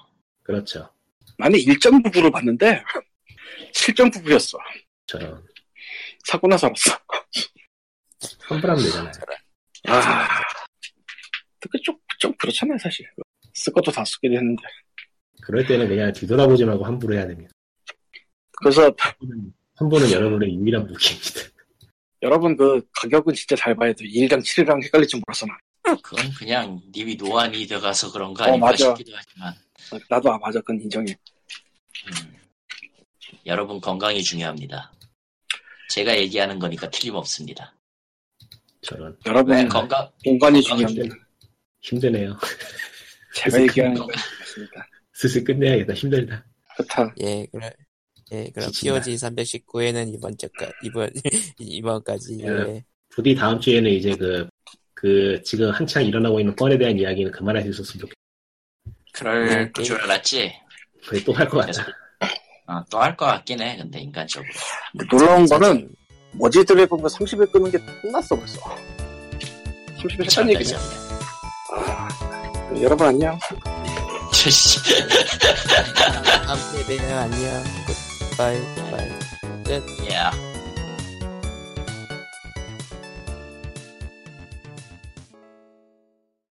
D: 그렇죠.
B: 만에 1.99를 봤는데 7.99였어.
D: 저런.
B: 사고 나서 알았어.
D: 환불하면 되잖아요.
B: 아, 그게 좀, 좀 그렇잖아요 사실. 쓸 것도 다 쓰게 됐는데.
D: 그럴 때는 그냥 뒤돌아보지 말고 환불을 해야 됩니다.
B: 그래서
D: 환불은- 환불은 여러분의 유일한 무기입니다.
B: 여러분 그 가격은 진짜 잘 봐야 돼. 1이랑 7이랑 헷갈릴지 몰라서 나.
C: 그건 그냥 님이 노안이 돼가서 그런 거
B: 어,
C: 아닌가
B: 맞아.
C: 싶기도 하지만.
B: 나도 아 맞아 그건 인정해.
C: 음. 여러분 건강이 중요합니다. 제가 얘기하는 거니까 틀림없습니다.
D: 저런.
B: 여러분
C: 왜 건강
B: 공간이
C: 건강이
B: 중요합니다.
D: 힘드네요.
B: 제가 얘기하는
C: 건강-
B: 건 맞습니다.
D: 슬슬 끝내야겠다. 힘들다.
B: 그렇다.
A: 예, 그래. 예, 그럼
D: 지친다.
A: POG 319회는 이번 주까 이번 이번까지
D: 예.
A: 예.
D: 부디 다음 주에는 이제 그, 그, 지금 한창 일어나고 있는 뻔에 대한 이야기는 그만할 수 있었으면 좋겠고,
C: 그럴
B: 네.
C: 줄 알았지.
D: 그게 또할 것 같아.
C: 또 할 것 같긴 해. 근데 인간적으로.
B: 놀라운 거는 머지 드래곤과 30일 끄는 게 끝났어 벌써. 30일 했다는 얘기네.
C: 참,
B: 여러분 안녕.
C: 참. 씨.
A: 아, 다음 주에 봬요. 안녕. 굿바이. 굿바이.
C: Yeah.